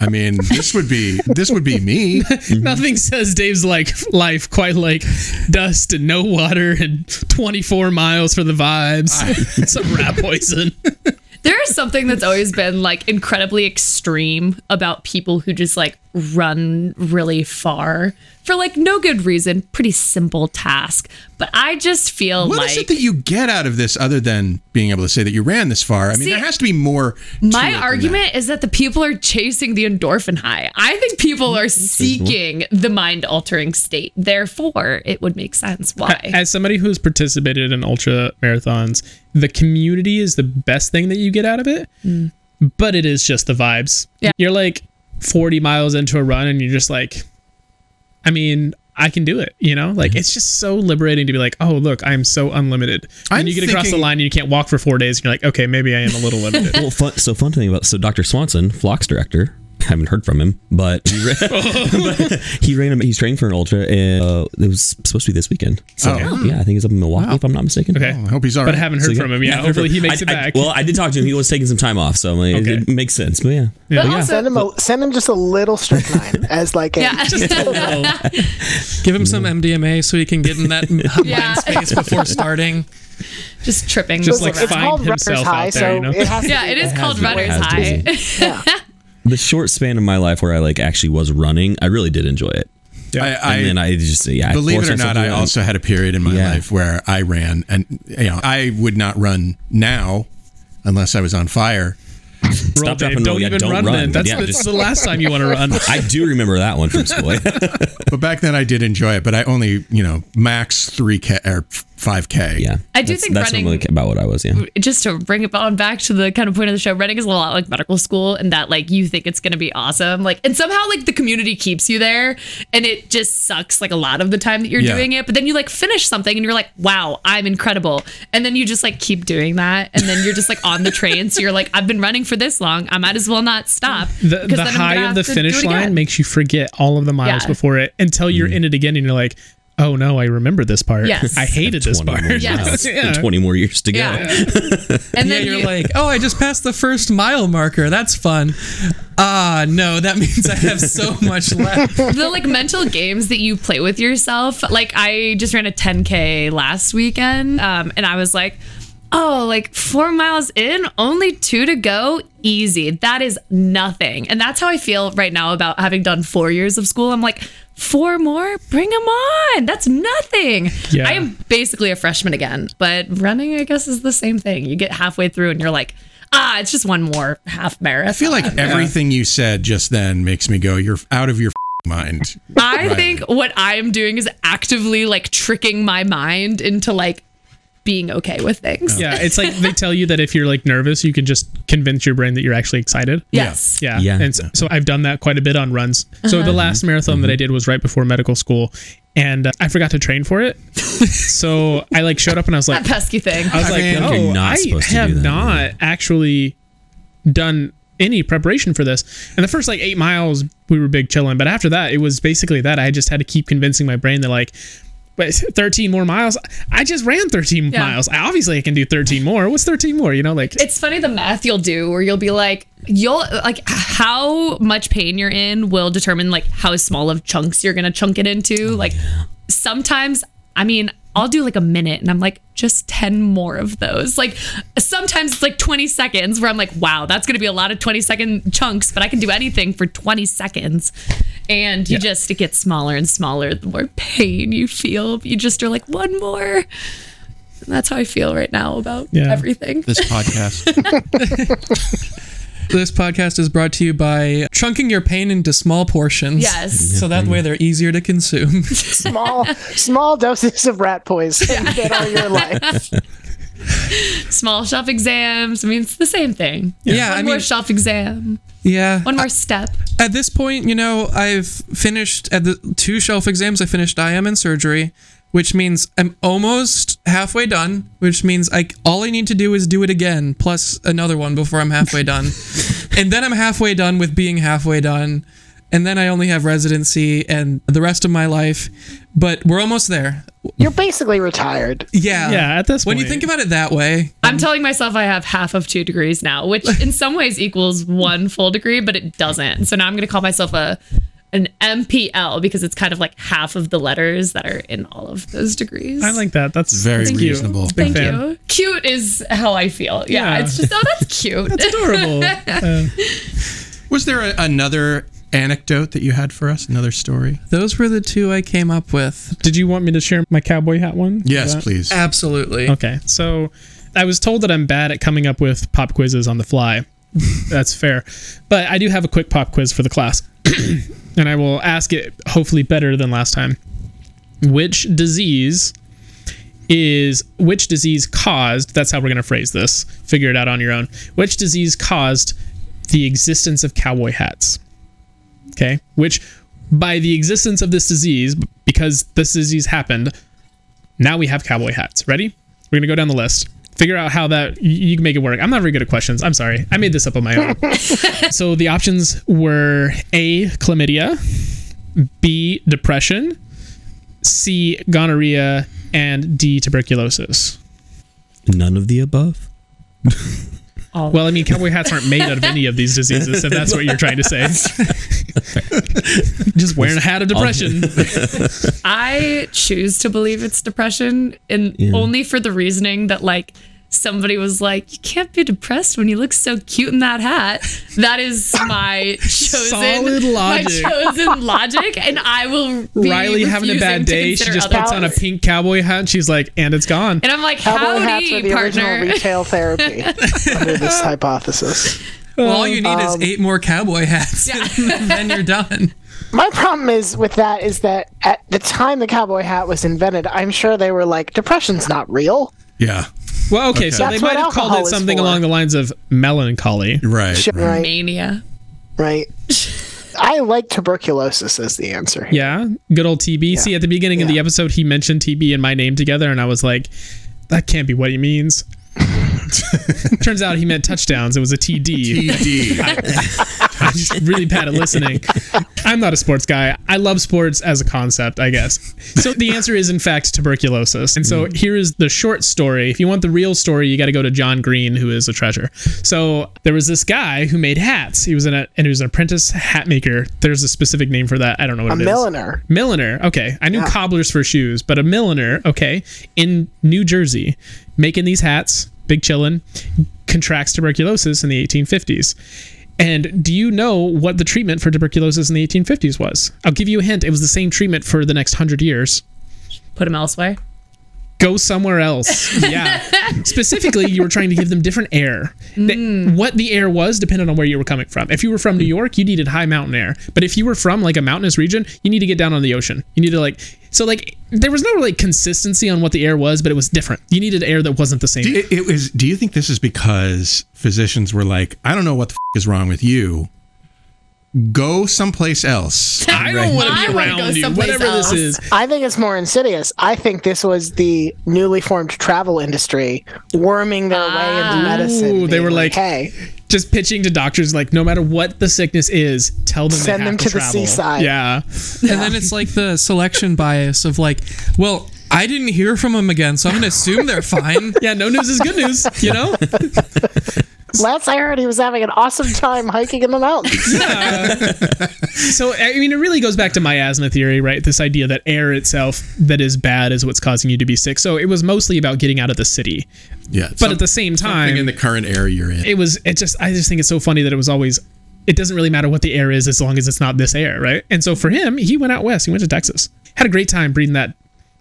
Speaker 2: I mean, this would be this would be me.
Speaker 4: Nothing says Dave's like life quite like dust and no water and 24 miles for the vibes. Some rat poison.
Speaker 11: There is something that's always been like incredibly extreme about people who just like run really far for like no good reason, pretty simple task. But I just feel
Speaker 2: What
Speaker 11: like
Speaker 2: is it that you get out of this other than being able to say that you ran this far? I mean,
Speaker 11: See,
Speaker 2: there has to be more.
Speaker 11: my argument is that the people are chasing the endorphin high. I think people are seeking the mind altering state. Therefore, it would make sense why.
Speaker 4: As somebody who's participated in ultra marathons, the community is the best thing that you get out of it,
Speaker 11: Mm.
Speaker 4: but it is just the vibes.
Speaker 11: Yeah.
Speaker 4: You're like 40 miles into a run and you're just like, I mean, I can do it, you know? Like it's just so liberating to be like, oh look, I'm so unlimited.
Speaker 2: I'm
Speaker 4: And you get across the
Speaker 2: thinking-
Speaker 4: line and you can't walk for four days and you're like, okay, maybe I am a little limited.
Speaker 12: well, fun, so fun thing about so Dr. Swanson, Flock's director. Haven't heard from him, but he ran. but he ran. He's training for an ultra, and uh, it was supposed to be this weekend. So
Speaker 2: Oh.
Speaker 12: yeah, I think he's up in Milwaukee, if I'm not mistaken.
Speaker 4: Okay,
Speaker 2: I hope he's all
Speaker 4: But
Speaker 2: right.
Speaker 4: I haven't heard from him. Yeah,
Speaker 12: haven't heard
Speaker 4: hopefully
Speaker 12: from-
Speaker 4: he makes it
Speaker 12: I- I-
Speaker 4: back.
Speaker 12: well, I did talk to him. He was taking some time off, so I'm like, it- it, makes sense. But yeah, But yeah.
Speaker 10: send him a, send him just a little strychnine as like a
Speaker 5: Give him some MDMA so he can get in that
Speaker 11: Yeah.
Speaker 5: mind space before starting.
Speaker 11: just tripping.
Speaker 5: Just,
Speaker 11: the
Speaker 5: like,
Speaker 11: world.
Speaker 5: find It's called himself runner's out high, there, so you know? it has to
Speaker 11: yeah,
Speaker 5: be-
Speaker 11: it is
Speaker 12: It
Speaker 11: called
Speaker 12: has to be-
Speaker 11: runner's
Speaker 12: it has to
Speaker 11: high.
Speaker 12: the short span of my life where I like actually was running, I really did enjoy it.
Speaker 2: I, I,
Speaker 12: and then I just yeah, I
Speaker 2: believe it
Speaker 12: forced
Speaker 2: or not,
Speaker 12: myself to
Speaker 2: I
Speaker 12: run.
Speaker 2: also had a period in my life where I ran, and you know, I would not run now unless I was on fire.
Speaker 12: Stop,
Speaker 4: Roll,
Speaker 12: drop,
Speaker 4: Dave.
Speaker 12: and roll.
Speaker 4: Don't
Speaker 12: Yeah,
Speaker 4: even
Speaker 12: don't
Speaker 4: run,
Speaker 12: run.
Speaker 4: then. That's,
Speaker 12: Yeah,
Speaker 4: that's
Speaker 12: just-
Speaker 4: the last time you want to run.
Speaker 12: I do remember that one from school.
Speaker 2: but back then, I did enjoy it. But I only, you know, max three k or five k. Yeah,
Speaker 11: I do That's- think that's running- normally
Speaker 12: about what I was. Yeah,
Speaker 11: Just to bring it on back to the kind of point of the show, running is a lot like medical school in that like you think it's gonna be awesome. Like and somehow like the community keeps you there and it just sucks like a lot of the time that you're
Speaker 14: Yeah.
Speaker 11: doing it. But then you like finish something and you're like, wow, I'm incredible. And then you just like keep doing that and then you're just like on the train. So you're like, I've been running for this long. I might as well not stop.
Speaker 4: the,
Speaker 11: 'Cause
Speaker 4: the
Speaker 11: then I'm gonna
Speaker 4: high of
Speaker 11: have
Speaker 4: the
Speaker 11: to do
Speaker 4: finish
Speaker 11: it again.
Speaker 4: line makes you forget all of the miles
Speaker 11: Yeah.
Speaker 4: before it until
Speaker 12: Mm.
Speaker 4: you're in it again and you're like, oh no, I remember this part.
Speaker 11: Yes.
Speaker 4: I hated this
Speaker 12: 20
Speaker 4: part.
Speaker 12: more miles and 20 more years to go.
Speaker 5: And then you're like, oh, I just passed the first mile marker. That's fun. Ah, no, that means I have so much left.
Speaker 11: the like mental games that you play with yourself. Like I just ran a 10k last weekend, um, and I was like, oh, like four miles in, only two to go, easy. That is nothing, and that's how I feel right now about having done four years of school. I'm like. Four more? Bring them on. That's nothing.
Speaker 4: Yeah.
Speaker 11: I am basically a freshman again, but running, I guess, is the same thing. You get halfway through and you're like, ah, it's just one more half marathon.
Speaker 2: I feel like everything you said just then makes me go, "You're out of your f- mind."
Speaker 11: I
Speaker 2: Right.
Speaker 11: think what I'm doing is actively like tricking my mind into like being okay with things.
Speaker 4: Yeah, it's like they tell you that if you're like nervous, you can just convince your brain that you're actually excited.
Speaker 11: Yes.
Speaker 4: Yeah.
Speaker 11: Yeah.
Speaker 4: And so, so I've done that quite a bit on runs. So
Speaker 11: Uh-huh.
Speaker 4: the last marathon that I did was right before medical school and uh, I forgot to train for it. so I like showed up and I was like,
Speaker 11: that pesky thing.
Speaker 4: I was like, oh, I have not actually done any preparation for this. And the first like eight miles, we were big chilling. But after that, it was basically that I just had to keep convincing my brain that like, but 13 more miles. I just ran 13
Speaker 11: Yeah.
Speaker 4: miles. I obviously I can do 13 more. What's 13 more? You know, like
Speaker 11: It's funny the math you'll do where you'll be like, you'll like how much pain you're in will determine like how small of chunks you're gonna chunk it into. Like sometimes, I mean, I'll do like a minute and I'm like, just 10 more of those. Like sometimes it's like 20 seconds where I'm like, wow, that's gonna be a lot of 20 second chunks, but I can do anything for 20 seconds. And you
Speaker 4: Yeah.
Speaker 11: just, it gets smaller and smaller the more pain you feel. You just are like, one more. And that's how I feel right now about
Speaker 5: Yeah.
Speaker 11: everything.
Speaker 2: podcast.
Speaker 5: This podcast is brought to you by chunking your pain into small portions.
Speaker 11: Yes.
Speaker 5: So that way they're easier to consume.
Speaker 10: small small doses of rat poison that are your life.
Speaker 11: Small shelf exams. I mean, it's the same thing.
Speaker 5: Yeah,
Speaker 11: one
Speaker 5: I
Speaker 11: more
Speaker 5: mean-
Speaker 11: shelf exam.
Speaker 5: yeah.
Speaker 11: One more step.
Speaker 5: At this point, you know, I've finished at the two shelf exams. I finished IM and surgery, which means I'm almost halfway done, which means I all I need to do is do it again plus another one before I'm halfway done. and then I'm halfway done with being halfway done. and then I only have residency and the rest of my life. But we're almost there.
Speaker 10: You're basically retired.
Speaker 5: Yeah.
Speaker 4: Yeah, at this
Speaker 5: When you
Speaker 4: point.
Speaker 5: think about it that way,
Speaker 11: I'm telling myself I have half of two degrees now, which in some ways equals one full degree, but it doesn't. So now I'm going to call myself a an MPL because it's kind of like half of the letters that are in all of those degrees.
Speaker 4: I like that. That's
Speaker 2: Very
Speaker 4: thank
Speaker 2: reasonable.
Speaker 4: You. Big
Speaker 11: Thank
Speaker 4: fan.
Speaker 11: you. Cute is how I feel. Yeah,
Speaker 2: Yeah.
Speaker 11: it's just oh, that's cute.
Speaker 4: That's adorable. Uh,
Speaker 2: Was there a, another anecdote that you had for us? Another story?
Speaker 5: those were the two I came up with.
Speaker 4: Did you want me to share my cowboy hat one?
Speaker 2: Yes,
Speaker 4: That-
Speaker 2: please.
Speaker 5: Absolutely.
Speaker 4: Okay. So I was told that I'm bad at coming up with pop quizzes on the fly. That's fair. But I do have a quick pop quiz for the class. and I will ask it hopefully better than last time. Which disease is which disease caused, that's how we're going to phrase this. Figure it out on your own. Which disease caused the existence of cowboy hats? Okay? Which by the existence of this disease because this disease happened, now we have cowboy hats. Ready? We're gonna go down the list. Figure out how that you- you can make it work. I'm not very good at questions. I'm sorry. I made this up on my own. so the options were A. Chlamydia, B. Depression, C. Gonorrhea, and D. Tuberculosis.
Speaker 12: None of the above.
Speaker 4: Well, I mean, cowboy hats aren't made out of any of these diseases, if that's what you're trying to say. Just wearing a hat of depression.
Speaker 11: I choose to believe it's depression, and
Speaker 4: Yeah.
Speaker 11: only for the reasoning that like somebody was like, "You can't be depressed when you look so cute in that hat." That is my chosen
Speaker 4: Solid logic.
Speaker 11: My chosen logic, and I will. Be
Speaker 4: Riley having a
Speaker 11: refusing
Speaker 4: bad
Speaker 11: to
Speaker 4: day. She
Speaker 11: consider
Speaker 4: just
Speaker 11: other
Speaker 4: puts on a
Speaker 11: options.
Speaker 4: pink cowboy hat. And she's like, and it's gone.
Speaker 11: And I'm like,
Speaker 10: Cowboy hats were
Speaker 11: howdy,
Speaker 10: the
Speaker 11: partner.
Speaker 10: original retail therapy under this hypothesis.
Speaker 5: Well, all you need is
Speaker 10: Um,
Speaker 5: eight more cowboy hats, and then you're done.
Speaker 10: My problem is with that is that at the time the cowboy hat was invented, I'm sure they were like, depression's not real.
Speaker 2: Yeah.
Speaker 4: Well, okay, so
Speaker 10: That's
Speaker 4: they
Speaker 10: what
Speaker 4: might have
Speaker 10: alcohol
Speaker 4: called it
Speaker 10: is
Speaker 4: something
Speaker 10: for.
Speaker 4: along the lines of melancholy.
Speaker 2: Right.
Speaker 10: Sure, right.
Speaker 11: Mania.
Speaker 10: Right. I like tuberculosis as the answer. Here.
Speaker 4: Yeah. Good old TB. See, at the beginning of the episode, he mentioned TB and my name together, and I was like, that can't be what he means. Turns out he meant touchdowns. It was a TD.
Speaker 2: TD.
Speaker 4: I'm just really bad at listening. I'm not a sports guy. I love sports as a concept, I guess. So the answer is, in fact, tuberculosis. And so here is the short story. If you want the real story, you got to go to John Green, who is a treasure. So there was this guy who made hats. He was an and he was an apprentice hat maker. There's a specific name for that. I don't know what
Speaker 10: A
Speaker 4: it is.
Speaker 10: milliner.
Speaker 4: Milliner. Okay. I knew cobblers for shoes, but a milliner, okay, in New Jersey, making these hats, big chillin', contracts tuberculosis in the 1850s. And do you know what the treatment for tuberculosis in the 1850s was? I'll give you a hint. It was the same treatment for the next 100 years.
Speaker 11: Put him elsewhere.
Speaker 4: Go somewhere else. Yeah. Specifically, you were trying to give them different air. The-
Speaker 11: Mm.
Speaker 4: what the air was depended on where you were coming from. If you were from New York, you needed high mountain air. But if you were from like a mountainous region, you need to get down on the ocean. You need to like so like there was no like consistency on what the air was, but it was different. You needed air that wasn't the same.
Speaker 2: Do, it, it was, do you think this is because physicians were like, I don't know what the f- is wrong with you. Go someplace else.
Speaker 4: I don't want to
Speaker 11: I
Speaker 4: be
Speaker 11: wanna go
Speaker 4: around you.
Speaker 11: someplace
Speaker 4: Whatever
Speaker 11: else.
Speaker 4: this is,
Speaker 10: I think it's more insidious. I think this was the newly formed travel industry worming their way into medicine.
Speaker 4: Ooh, they
Speaker 10: being
Speaker 4: were like,
Speaker 10: hey,
Speaker 4: just pitching to doctors like no matter what the sickness is tell them
Speaker 10: Send
Speaker 4: they have
Speaker 10: them
Speaker 4: to,
Speaker 10: to the
Speaker 4: travel.
Speaker 10: seaside.
Speaker 4: yeah
Speaker 5: And then it's like the selection bias of like, well, I didn't hear from them again, so I'm gonna assume they're fine.
Speaker 4: yeah no news is good news you know
Speaker 10: last I heard he was having an awesome time hiking in the mountains.
Speaker 4: so i mean it really goes back to miasma theory right this idea that air itself that is bad is what's causing you to be sick so it was mostly about getting out of the city
Speaker 2: Yeah.
Speaker 4: but at the same time
Speaker 2: something in the current area you're in.
Speaker 4: it was it just i just think it's so funny that it was always it doesn't really matter what the air is as long as it's not this air right and so for him he went out west he went to texas had a great time breathing that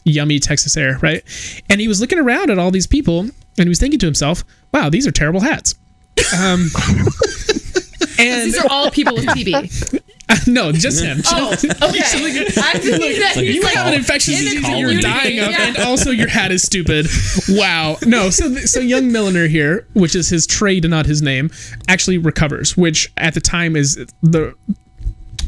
Speaker 4: yummy texas air right and he was looking around at all these people and he was thinking to himself wow these are terrible hats um and
Speaker 11: These are all people with
Speaker 4: Oh,
Speaker 11: TB.
Speaker 4: no just him
Speaker 11: Oh, okay. I'm thinking that
Speaker 12: like
Speaker 11: he's
Speaker 12: you
Speaker 11: like
Speaker 12: call-
Speaker 4: an infectious
Speaker 11: in the
Speaker 4: disease that you're
Speaker 11: community,
Speaker 4: dying of,
Speaker 11: yeah.
Speaker 4: and also your hat is stupid. Wow. No. So, th- so young milliner here, which is his trade and not his name, actually recovers, which at the time is the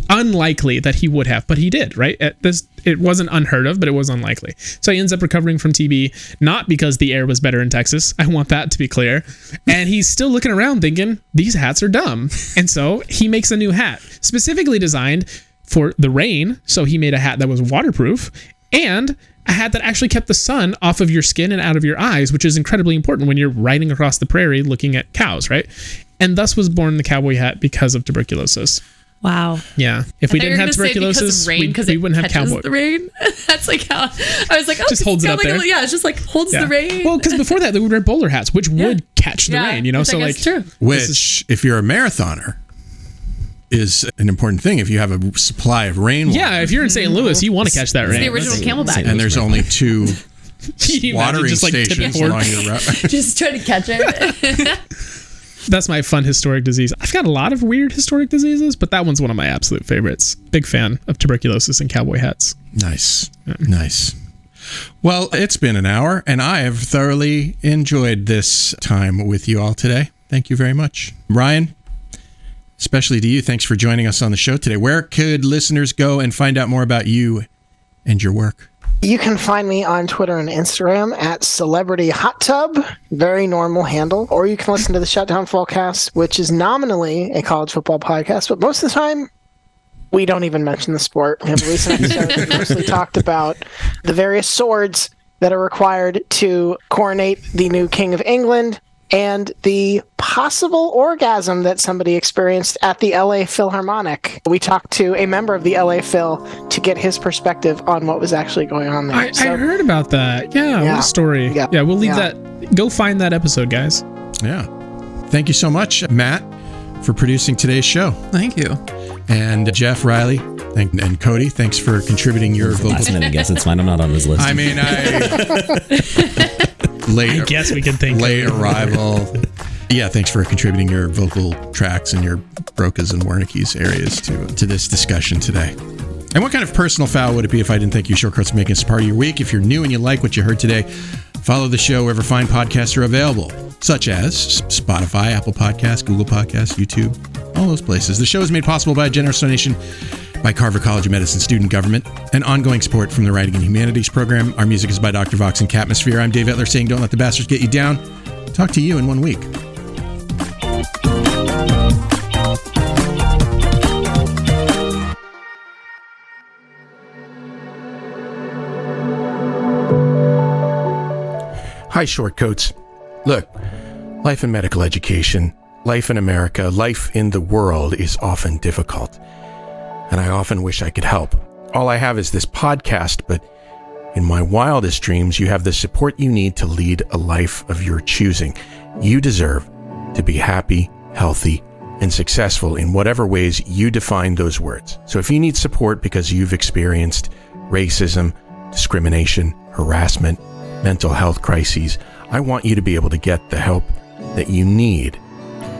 Speaker 4: unlikely that he would have, but he did, right? At this, it wasn't unheard of, but it was unlikely. So he ends up recovering from TB, not because the air was better in Texas. I want that to be clear. And he's still looking around thinking, these hats are dumb. And so he makes a new hat, specifically designed for the rain. So he made a hat that was waterproof and a hat that actually kept the sun off of your skin and out of your eyes, which is incredibly important when you're riding across the prairie looking at cows, right? And thus was born the cowboy hat because of tuberculosis.
Speaker 11: Wow.
Speaker 4: Yeah.
Speaker 11: I
Speaker 4: If we
Speaker 11: thought you
Speaker 4: didn't
Speaker 11: were
Speaker 4: have
Speaker 11: gonna say
Speaker 4: tuberculosis,
Speaker 11: because of rain,
Speaker 4: we,
Speaker 11: 'cause
Speaker 4: we
Speaker 11: it
Speaker 4: wouldn't have
Speaker 11: catches
Speaker 4: cowboy.
Speaker 11: The rain. That's like how I was like, oh,
Speaker 4: Just holds it
Speaker 11: it's kinda
Speaker 4: up
Speaker 11: like a
Speaker 4: there.
Speaker 11: little- yeah, it just like holds
Speaker 4: Yeah.
Speaker 11: the rain.
Speaker 4: Well, because before that, they would wear bowler hats, which would catch the
Speaker 11: Yeah,
Speaker 4: rain, you know?
Speaker 11: which I
Speaker 4: So,
Speaker 11: guess
Speaker 4: like,
Speaker 11: is true.
Speaker 4: this
Speaker 2: Which,
Speaker 4: is-
Speaker 2: if you're a marathoner, is an important thing. If you have a supply of rainwater,
Speaker 4: yeah, if you're in St. Louis, you want to catch that
Speaker 11: It's
Speaker 4: rain.
Speaker 11: the original camelback.
Speaker 2: and there's only two
Speaker 4: Can you imagine
Speaker 2: watering
Speaker 4: just, like, tipping
Speaker 2: stations
Speaker 4: forward?
Speaker 2: along your route.
Speaker 11: just trying to catch it.
Speaker 4: That's my fun historic disease. I've got a lot of weird historic diseases, but that one's one of my absolute favorites. Big fan of tuberculosis and cowboy hats.
Speaker 2: Nice. Nice. Well, it's been an hour, and I have thoroughly enjoyed this time with you all today. Thank you very much. Ryan, especially to you, thanks for joining us on the show today. Where could listeners go and find out more about you and your work?
Speaker 10: You can find me on Twitter and Instagram at Celebrity Hot Tub, very normal handle. Or you can listen to the Shutdown Fallcast, which is nominally a college football podcast, but most of the time, we don't even mention the sport. In a recent episode, we mostly talked about the various swords that are required to coronate the new King of England and the possible orgasm that somebody experienced at the LA Philharmonic. We talked to a member of the LA Phil to get his perspective on what was actually going on there.
Speaker 4: I, I heard about that. Yeah, what
Speaker 10: Yeah.
Speaker 4: a story. Yeah, we'll leave
Speaker 10: Yeah.
Speaker 4: that. Go find that episode, guys.
Speaker 2: Yeah. Thank you so much, Matt, for producing today's show.
Speaker 5: Thank you.
Speaker 2: And Jeff Riley thank, and Cody, thanks for contributing your
Speaker 12: Last
Speaker 2: vocal.
Speaker 12: minute guess. It's fine. I'm not on this list.
Speaker 2: I mean, I late.
Speaker 4: I guess we can think.
Speaker 2: late arrival. Yeah, thanks for contributing your vocal tracks and your Broca's and Wernicke's areas to to this discussion today. And what kind of personal foul would it be if I didn't thank you, Shortcuts, for making us part of your week? If you're new and you like what you heard today, follow the show wherever fine podcasts are available, such as Spotify, Apple Podcasts, Google Podcasts, YouTube, all those places. The show is made possible by a generous donation by Carver College of Medicine student government and ongoing support from the Writing and Humanities program. Our music is by Dr. Vox and Catmosphere. I'm Dave Etler saying, don't let the bastards get you down. Talk to you in one week. Hi, Shortcoats. Look, life in medical education, life in America, life in the world is often difficult. And I often wish I could help. All I have is this podcast, but in my wildest dreams, you have the support you need to lead a life of your choosing. You deserve to be happy, healthy, and successful in whatever ways you define those words. So if you need support because you've experienced racism, discrimination, harassment, mental health crises, I want you to be able to get the help that you need.